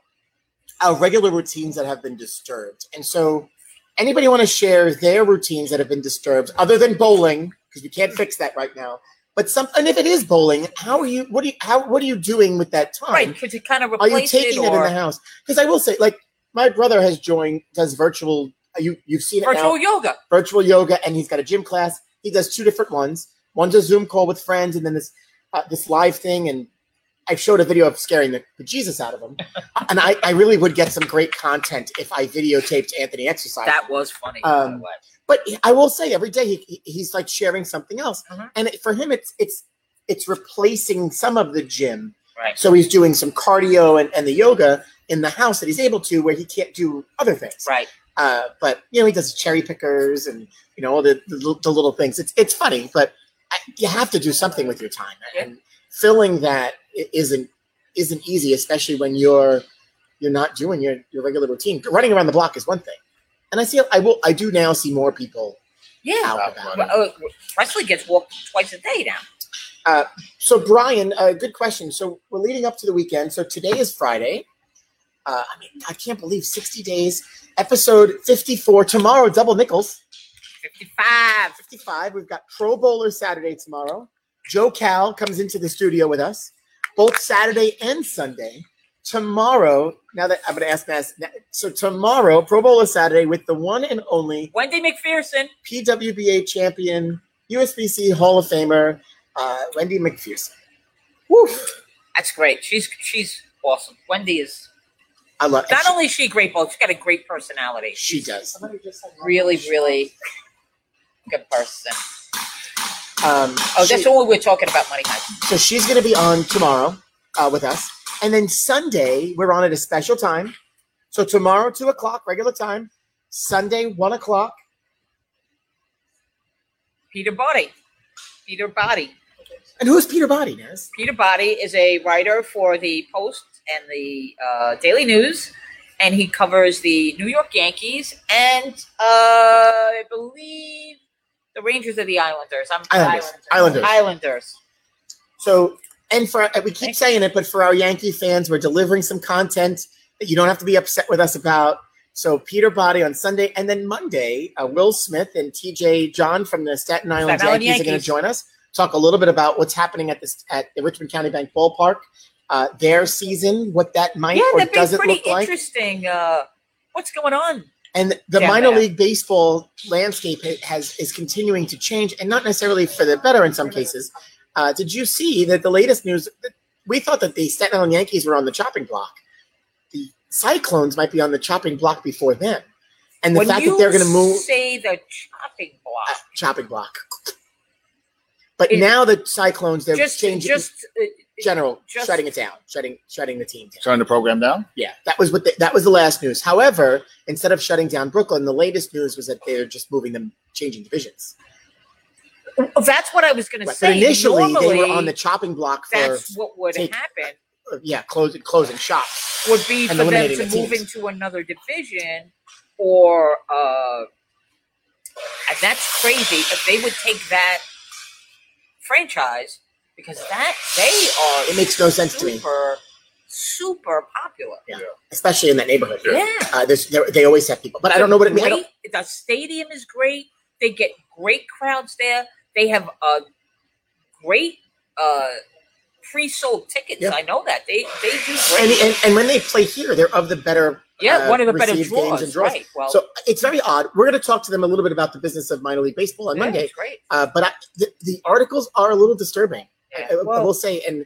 Speaker 1: our regular routines that have been disturbed, and so anybody want to share their routines that have been disturbed other than bowling because we can't fix that right now. But some and if it is bowling, how are you? What do you how what are you doing with that time?
Speaker 2: right. Could you kind of
Speaker 1: Oh. Are you
Speaker 2: replace it
Speaker 1: taking it in
Speaker 2: or
Speaker 1: the house? Because I will say, like, my brother has joined, does virtual. uh, You you've seen it
Speaker 2: virtual
Speaker 1: now,
Speaker 2: yoga?
Speaker 1: virtual yoga, and he's got a gym class. He does two different ones. One's a Zoom call with friends, and then this uh, this live thing. And I've showed a video of scaring the Jesus out of him. and I, I really would get some great content if I videotaped Anthony exercising.
Speaker 2: That was funny. by the
Speaker 1: Um,
Speaker 2: way.
Speaker 1: but I will say, every day he, he- he's like sharing something else,
Speaker 2: Mhm.
Speaker 1: and it, for him, it's it's it's replacing some of the gym
Speaker 2: Right.
Speaker 1: so he's doing some cardio and, and the yoga in the house that he's able to, where he can't do other things.
Speaker 2: Right.
Speaker 1: Uh, but you know, he does cherry pickers and you know all the, the, li- the little things. It's it's funny, but I, you have to do something with your time, and filling that i- isn't isn't easy, especially when you're you're not doing your, your regular routine. Running around the block is one thing, and I see I will I do now see more people
Speaker 2: Yeah.
Speaker 1: out and
Speaker 4: Out
Speaker 1: about.
Speaker 4: running.
Speaker 2: Uh, Wesley gets walked twice a day now.
Speaker 1: So, Brian, uh, good question. So, we're leading up to the weekend. So, today is Friday. Uh, I mean, I can't believe 60 days. Episode 54. Tomorrow, double nickels.
Speaker 2: 55.
Speaker 1: 55. We've got Pro Bowler Saturday tomorrow. Joe Cal comes into the studio with us both Saturday and Sunday. Tomorrow, now that I'm going to ask Mass. So, tomorrow, Pro Bowler Saturday with the one and only
Speaker 2: Wendy McPherson.
Speaker 1: PWBA champion, USBC Hall of Famer, uh, Wendy McPherson. Woof.
Speaker 2: That's great. She's she's awesome. Wendy is
Speaker 1: I love
Speaker 2: not only is she great, but she's got a great personality.
Speaker 1: She does.
Speaker 3: Somebody just said that.
Speaker 2: Really, really good person.
Speaker 1: Um,
Speaker 2: Oh,
Speaker 1: she-
Speaker 2: that's all we were talking about, Money Heist.
Speaker 1: so she's going to be on tomorrow uh, with us. And then Sunday, we're on at a special time. So tomorrow, 2 o'clock, regular time. Sunday, 1 o'clock.
Speaker 2: Peter Body. Peter Body.
Speaker 1: And who's Peter Body, Naz?
Speaker 2: Peter Body is a writer for the Post and the uh, Daily News, and he covers the New York Yankees and uh, I believe the Rangers or the Islanders. I'm
Speaker 1: Islanders. Islanders.
Speaker 2: Islanders.
Speaker 1: So, and for we keep saying it, but for our Yankee fans, we're delivering some content that you don't have to be upset with us about. So, Peter Body on Sunday, and then Monday, uh, Will Smith and TJ John from the Staten Island
Speaker 2: Staten Island
Speaker 1: Yankees, are going to
Speaker 2: Yankees.
Speaker 1: join us. Talk a little bit about what's happening at this at the Richmond County Bank Ballpark, uh, their season, what that might
Speaker 2: Yeah,
Speaker 1: or
Speaker 2: that'd be
Speaker 1: doesn't
Speaker 2: pretty
Speaker 1: look like.
Speaker 2: interesting. Uh, what's going on?
Speaker 1: And the
Speaker 2: Yeah,
Speaker 1: minor
Speaker 2: man.
Speaker 1: league baseball landscape ha- has is continuing to change, and not necessarily for the better in some cases. Uh, did you see that the latest news? We thought that the Staten Island Yankees were on the chopping block. The Cyclones might be on the chopping block before them, and the
Speaker 2: when
Speaker 1: fact
Speaker 2: you
Speaker 1: that they're going to move Uh,
Speaker 2: say the chopping block,
Speaker 1: chopping block. But
Speaker 2: It-
Speaker 1: now the Cyclones they're
Speaker 2: just
Speaker 1: changing
Speaker 2: just uh,
Speaker 1: general,
Speaker 2: just-
Speaker 1: shutting it down, shutting shutting the team down.
Speaker 4: Turn the program down.
Speaker 1: Yeah, that was what the, that was the last news. However, instead of shutting down Brooklyn, the latest news was that they're just moving them, changing divisions.
Speaker 2: oh, that's what I was going to
Speaker 1: Right.
Speaker 2: say.
Speaker 1: But initially, they were
Speaker 2: Normally,
Speaker 1: on the chopping block for
Speaker 2: that's what would
Speaker 1: take-
Speaker 2: happen
Speaker 1: uh, yeah, closing closing shop.
Speaker 2: would be
Speaker 1: and
Speaker 2: for them
Speaker 1: eliminating
Speaker 2: to
Speaker 1: the
Speaker 2: move
Speaker 1: teams.
Speaker 2: into another division or uh and that's crazy if they would take that franchise because that they are
Speaker 1: It makes no sense to me,
Speaker 2: super super popular
Speaker 1: especially in that neighborhood.
Speaker 2: yeah,
Speaker 1: Uh, there's, there- they always have people, but I don't know what it means. I don't-
Speaker 2: Great- the stadium is great they get great crowds there they have a great uh pre-sold tickets
Speaker 1: Yeah.
Speaker 2: i know that they they do
Speaker 1: And,
Speaker 2: great
Speaker 1: and and when they play here, they're of the better.
Speaker 2: yeah
Speaker 1: uh,
Speaker 2: one of the better
Speaker 1: received games
Speaker 2: draws,
Speaker 1: and draws.
Speaker 2: right well
Speaker 1: So it's very odd. We're going to talk to them a little bit about the business of minor league baseball on
Speaker 2: yeah,
Speaker 1: Monday.
Speaker 2: it's great
Speaker 1: Uh, but I, the, the articles are a little disturbing.
Speaker 2: Yeah.
Speaker 1: I, I
Speaker 2: Well-
Speaker 1: will say, and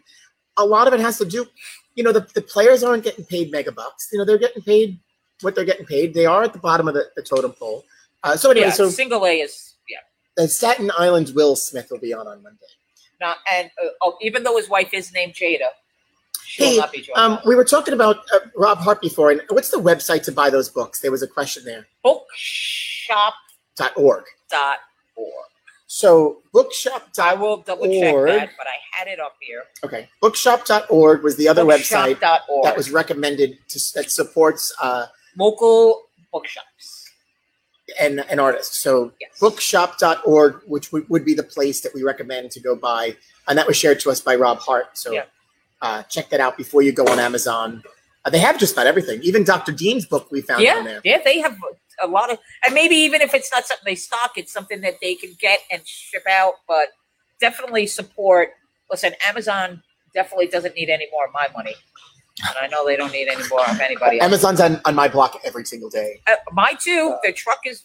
Speaker 1: a lot of it has to do, you know, the, the players aren't getting paid mega bucks. You know, they're getting paid what they're getting paid. They are at the bottom of the, the totem pole. Uh, so anyway,
Speaker 2: yeah,
Speaker 1: so
Speaker 2: single A is yeah.
Speaker 1: the Staten Island Will Smith will be on on Monday.
Speaker 2: Not and uh, oh, even though his wife is named Jada, she
Speaker 1: Hey,
Speaker 2: will not be joining.
Speaker 1: Um,
Speaker 2: us.
Speaker 1: we were talking about uh, Rob Hart before, and what's the website to buy those books? There was a question there.
Speaker 2: Bookshop.org.
Speaker 1: Dot org. So bookshop.
Speaker 2: I
Speaker 1: Dot,
Speaker 2: will double check
Speaker 1: Org.
Speaker 2: that, but I had it up here.
Speaker 1: okay, bookshop.org was the other website
Speaker 2: Bookshop.org.
Speaker 1: that was recommended to, that supports uh,
Speaker 2: local bookshops.
Speaker 1: and an artist. So
Speaker 2: Yes.
Speaker 1: bookshop.org, which would, would be the place that we recommend to go buy. And that was shared to us by Rob Hart. So
Speaker 2: Yeah.
Speaker 1: uh, check that out before you go on Amazon. Uh, they have just about everything. Even Dr. Dean's book we found on
Speaker 2: Yeah,
Speaker 1: there.
Speaker 2: yeah, they have a lot of, and maybe even if it's not something they stock, it's something that they can get and ship out. But definitely support. Listen, Amazon definitely doesn't need any more of my money, and I know they don't need any more of anybody. else.
Speaker 1: Amazon's on, on my block every single day.
Speaker 2: Uh, my too. The truck is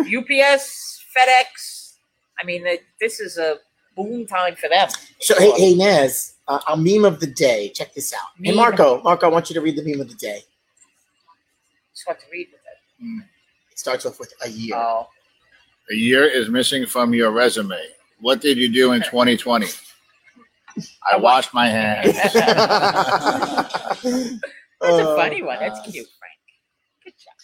Speaker 2: UPS, FedEx. I mean, the, this is a boom time for them.
Speaker 1: So hey, hey Naz, uh, our meme of the day. Check this out. Hey
Speaker 2: Meme.
Speaker 1: Marco, Marco, I want you to read the meme of the day.
Speaker 2: It's hard to read with it.
Speaker 1: It starts off with a year.
Speaker 2: Oh,
Speaker 4: A year is missing from your resume. What did you do in 2020? I washed my hands.
Speaker 2: Oh, that's a
Speaker 1: Uh,
Speaker 2: funny one. That's
Speaker 4: uh,
Speaker 2: cute, Frank. Good job.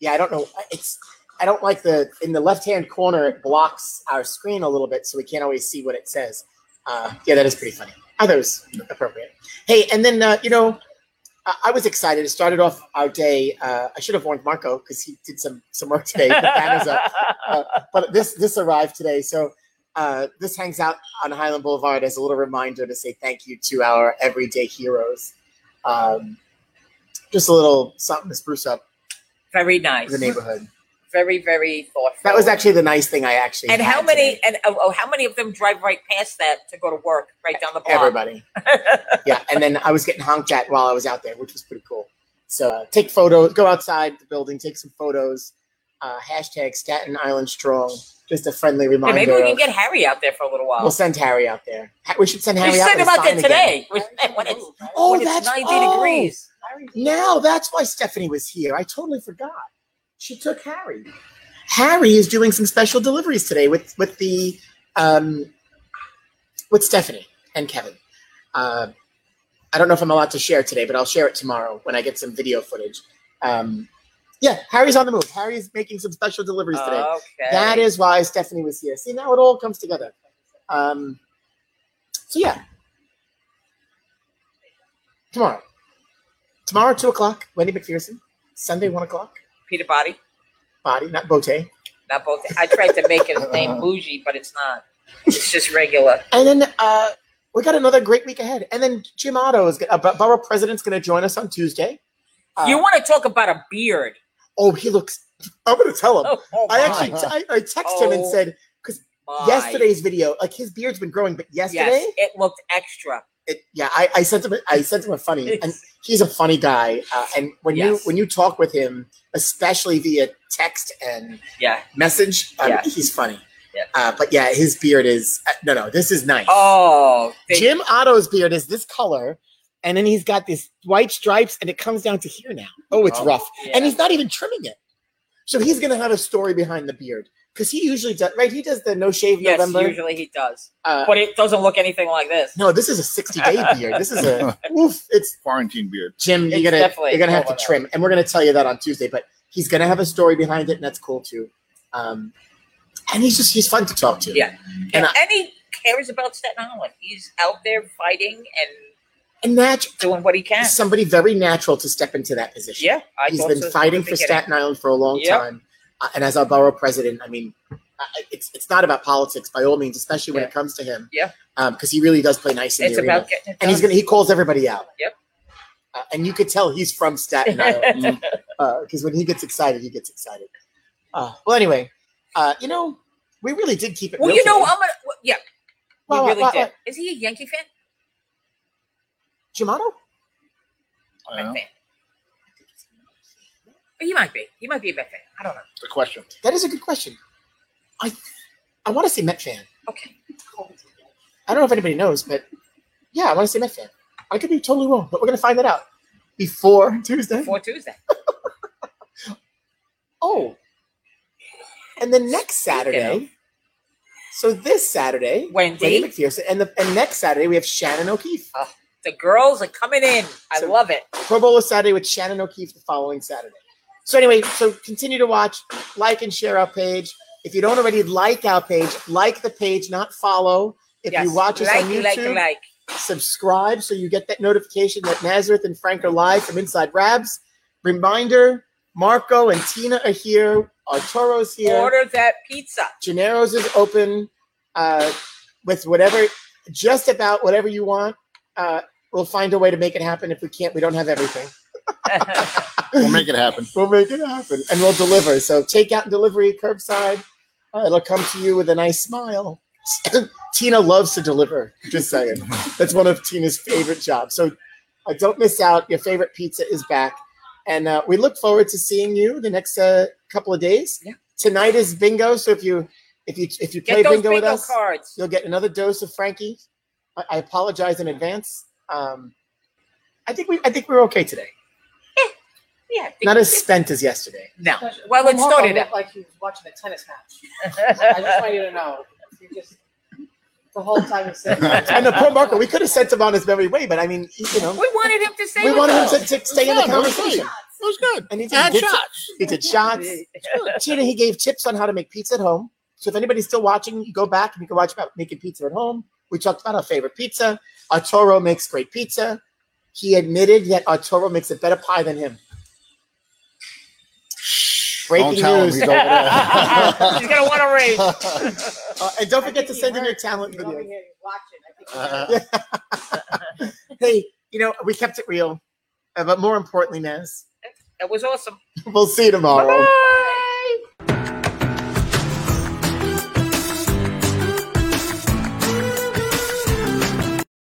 Speaker 1: Yeah, I don't know. It's I don't like the in the left hand corner. It blocks our screen a little bit, so we can't always see what it says. Uh, yeah, that is pretty funny. I thought it was appropriate. Hey, and then uh, you know, I, I was excited. It started off our day. Uh, I should have warned Marco because he did some some work today. The banners up but this this arrived today. So uh, this hangs out on Highland Boulevard as a little reminder to say thank you to our everyday heroes. Um, just a little something to spruce up
Speaker 2: very nice.
Speaker 1: the neighborhood.
Speaker 2: Very, very thoughtful.
Speaker 1: That was actually the nice thing I actually.
Speaker 2: And
Speaker 1: had
Speaker 2: how many?
Speaker 1: today.
Speaker 2: And oh, oh, how many of them drive right past that to go to work, right down the block?
Speaker 1: Everybody. yeah, and then I was getting honked at while I was out there, which was pretty cool. So uh, take photos, go outside the building, take some photos. Uh, hashtag Staten Island Strong. Just a friendly
Speaker 2: Hey,
Speaker 1: reminder.
Speaker 2: maybe we can
Speaker 1: of-
Speaker 2: get Harry out there for a little while.
Speaker 1: we'll send Harry out there. Ha- We should send
Speaker 2: We
Speaker 1: Harry out
Speaker 2: said
Speaker 1: with a
Speaker 2: about that
Speaker 1: sign again.
Speaker 2: today. We said when it's,
Speaker 1: Oh,
Speaker 2: when
Speaker 1: that's-
Speaker 2: it's ninety
Speaker 1: oh.
Speaker 2: degrees.
Speaker 1: Now that's why Stephanie was here. I totally forgot. She took Harry. Harry is doing some special deliveries today with with the um, with Stephanie and Kevin. Uh, I don't know if I'm allowed to share today, but I'll share it tomorrow when I get some video footage. Um, yeah, Harry's on the move. Harry is making some special deliveries today.
Speaker 2: Okay.
Speaker 1: That is why Stephanie was here. See, now it all comes together. Um, so yeah, tomorrow, tomorrow two o'clock. Wendy McPherson. Sunday one o'clock.
Speaker 2: Peter Body.
Speaker 1: Body, not bote.
Speaker 2: Not both. I tried to make it his name bougie, but it's not. It's just regular.
Speaker 1: And then uh, we got another great week ahead. And then Jim Otto is gonna, uh, bor- borough president's going to join us on Tuesday. Uh,
Speaker 2: you want to talk about a beard?
Speaker 1: Oh, he looks. I'm going to tell him.
Speaker 2: Oh, oh
Speaker 1: I
Speaker 2: my
Speaker 1: actually t- I, I texted him and
Speaker 2: Oh,
Speaker 1: said
Speaker 2: my.
Speaker 1: yesterday's video, like his beard's been growing, but yesterday,
Speaker 2: Yes, it looked extra.
Speaker 1: it, yeah, I, I sent him. a- I sent him a funny, and he's a funny guy. Uh, and when you
Speaker 2: Yes.
Speaker 1: when you talk with him, especially via text and
Speaker 2: Yeah.
Speaker 1: message, um,
Speaker 2: Yeah.
Speaker 1: he's funny.
Speaker 2: Yeah.
Speaker 1: Uh, but yeah, his beard is uh, no, no. This is nice.
Speaker 2: Oh, they-
Speaker 1: Jim Otto's beard is this color, and then he's got these white stripes, and it comes down to here now. Oh, it's
Speaker 4: Oh.
Speaker 1: rough.
Speaker 2: yeah.
Speaker 1: And he's not even trimming it. So he's gonna have a story behind the beard because he usually does. Right, he does the no shave
Speaker 2: yes,
Speaker 1: November.
Speaker 2: usually he does,
Speaker 1: Uh,
Speaker 2: but it doesn't look anything like this.
Speaker 1: no, this is a sixty-day beard. This is a oof. It's
Speaker 4: Quarantine beard.
Speaker 1: Jim. You're
Speaker 2: It's
Speaker 1: gonna
Speaker 2: definitely
Speaker 1: you're gonna have to
Speaker 2: going up.
Speaker 1: trim, and we're gonna tell you that on Tuesday. But he's gonna have a story behind it, and that's cool too. Um, and he's just he's fun to talk to.
Speaker 2: Yeah.
Speaker 1: And
Speaker 2: And,
Speaker 1: I-
Speaker 2: he cares about Staten Island. He's out there fighting and
Speaker 1: and that
Speaker 2: doing what he can.
Speaker 1: somebody very natural to step into that position.
Speaker 2: yeah, I
Speaker 1: he's
Speaker 2: thought
Speaker 1: been
Speaker 2: so from
Speaker 1: fighting
Speaker 2: the
Speaker 1: for
Speaker 2: beginning.
Speaker 1: Staten Island for a long
Speaker 2: Yep.
Speaker 1: time, uh, and as our borough president, I mean, I- I- it's it's not about politics by all means, especially when
Speaker 2: Yeah.
Speaker 1: it comes to him.
Speaker 2: Yeah.
Speaker 1: because he really does play nice in
Speaker 2: It's
Speaker 1: the arena,
Speaker 2: about getting it
Speaker 1: and he's
Speaker 2: done.
Speaker 1: gonna he calls everybody out.
Speaker 2: Yep.
Speaker 1: Uh, and you could tell he's from Staten Island
Speaker 4: Mm.
Speaker 1: because Uh, when he gets excited, he gets excited. Uh, well, anyway, uh, you know, we really did keep it.
Speaker 2: well,
Speaker 1: real
Speaker 2: you know, um
Speaker 1: today.
Speaker 2: I'm gonna. Well, yeah, we
Speaker 1: Wow, wow,
Speaker 2: really
Speaker 1: wow,
Speaker 2: did.
Speaker 1: wow.
Speaker 2: Is he a Yankee fan?
Speaker 1: Giamato?
Speaker 4: I
Speaker 2: I
Speaker 4: don't know.
Speaker 2: think. He might be. He might be a Met fan. I don't know.
Speaker 4: The question.
Speaker 1: That is a good question. I I want to say Met fan.
Speaker 2: Okay.
Speaker 1: I don't know if anybody knows, but yeah, I want to say Met fan. I could be totally wrong, but we're gonna find that out before Tuesday.
Speaker 2: For Tuesday.
Speaker 1: Oh, and then next Saturday. So this Saturday, Wendy
Speaker 2: Wendy,
Speaker 1: McPherson, and the and next Saturday we have Shannon O'Keefe.
Speaker 2: the girls are coming in. I
Speaker 1: So-
Speaker 2: love it.
Speaker 1: Pro Bowl Saturday with Shannon O'Keefe the following Saturday. So anyway, so continue to watch, like and share our page. If you don't already like our page, like the page, not follow. If
Speaker 2: Yes.
Speaker 1: you watch us
Speaker 2: like,
Speaker 1: on YouTube,
Speaker 2: like, like.
Speaker 1: subscribe so you get that notification that Nazareth and Frank are live from Inside Rabs. Reminder Marco and Tina are here, Arturo's here,
Speaker 2: Order that pizza.
Speaker 1: Gennaro's is open uh, with whatever, just about whatever you want. Uh, we'll find a way to make it happen. If we can't, we don't have everything.
Speaker 4: We'll make it happen.
Speaker 1: We'll make it happen and we'll deliver. So takeout and delivery, curbside. Uh, it'll come to you with a nice smile. Tina loves to deliver. Just saying, that's one of Tina's favorite jobs. So uh, don't miss out. Your favorite pizza is back, and uh, we look forward to seeing you the next uh, couple of days.
Speaker 2: Yeah.
Speaker 1: Tonight is bingo, so if you if you if you play
Speaker 2: Get those
Speaker 1: bingo,
Speaker 2: bingo,
Speaker 1: with us,
Speaker 2: cards.
Speaker 1: you'll get another dose of Frankie. I, I apologize in advance. Um, I think we I think we're okay today.
Speaker 2: Yeah. I think
Speaker 1: Not
Speaker 2: we
Speaker 1: as spent as yesterday.
Speaker 2: No. Well, it
Speaker 3: Marco
Speaker 2: started
Speaker 3: looked
Speaker 2: out.
Speaker 3: like he was watching a tennis match. I just want you to know. You just the whole time you said.
Speaker 1: And the poor Marco, we could have sent him on his merry way, but I mean, he- you know,
Speaker 2: We wanted him to say
Speaker 1: we
Speaker 2: what's
Speaker 1: wanted him
Speaker 2: up.
Speaker 1: to, to stay in the
Speaker 4: Yeah, but it was
Speaker 1: conversation.
Speaker 4: It was good.
Speaker 1: And he
Speaker 4: Add
Speaker 1: did, did
Speaker 4: shots.
Speaker 1: he did shots. Tina, he gave tips on how to make pizza at home. So if anybody's still watching, you go back and you can watch about making pizza at home. We talked about our favorite pizza. Arturo makes great pizza. He admitted that Arturo makes a better pie than him. Breaking
Speaker 4: Don't tell
Speaker 1: news.
Speaker 4: him he's over
Speaker 2: He's gonna want to raise.
Speaker 4: there.
Speaker 1: Uh, and don't forget to send in your talent
Speaker 3: He's over
Speaker 1: video.
Speaker 3: here watching. I think he
Speaker 4: Uh,
Speaker 3: knows.
Speaker 1: Hey, you know, we kept it real. Uh, but more importantly, Naz,
Speaker 2: That was awesome.
Speaker 1: we'll see you tomorrow.
Speaker 2: Bye-bye.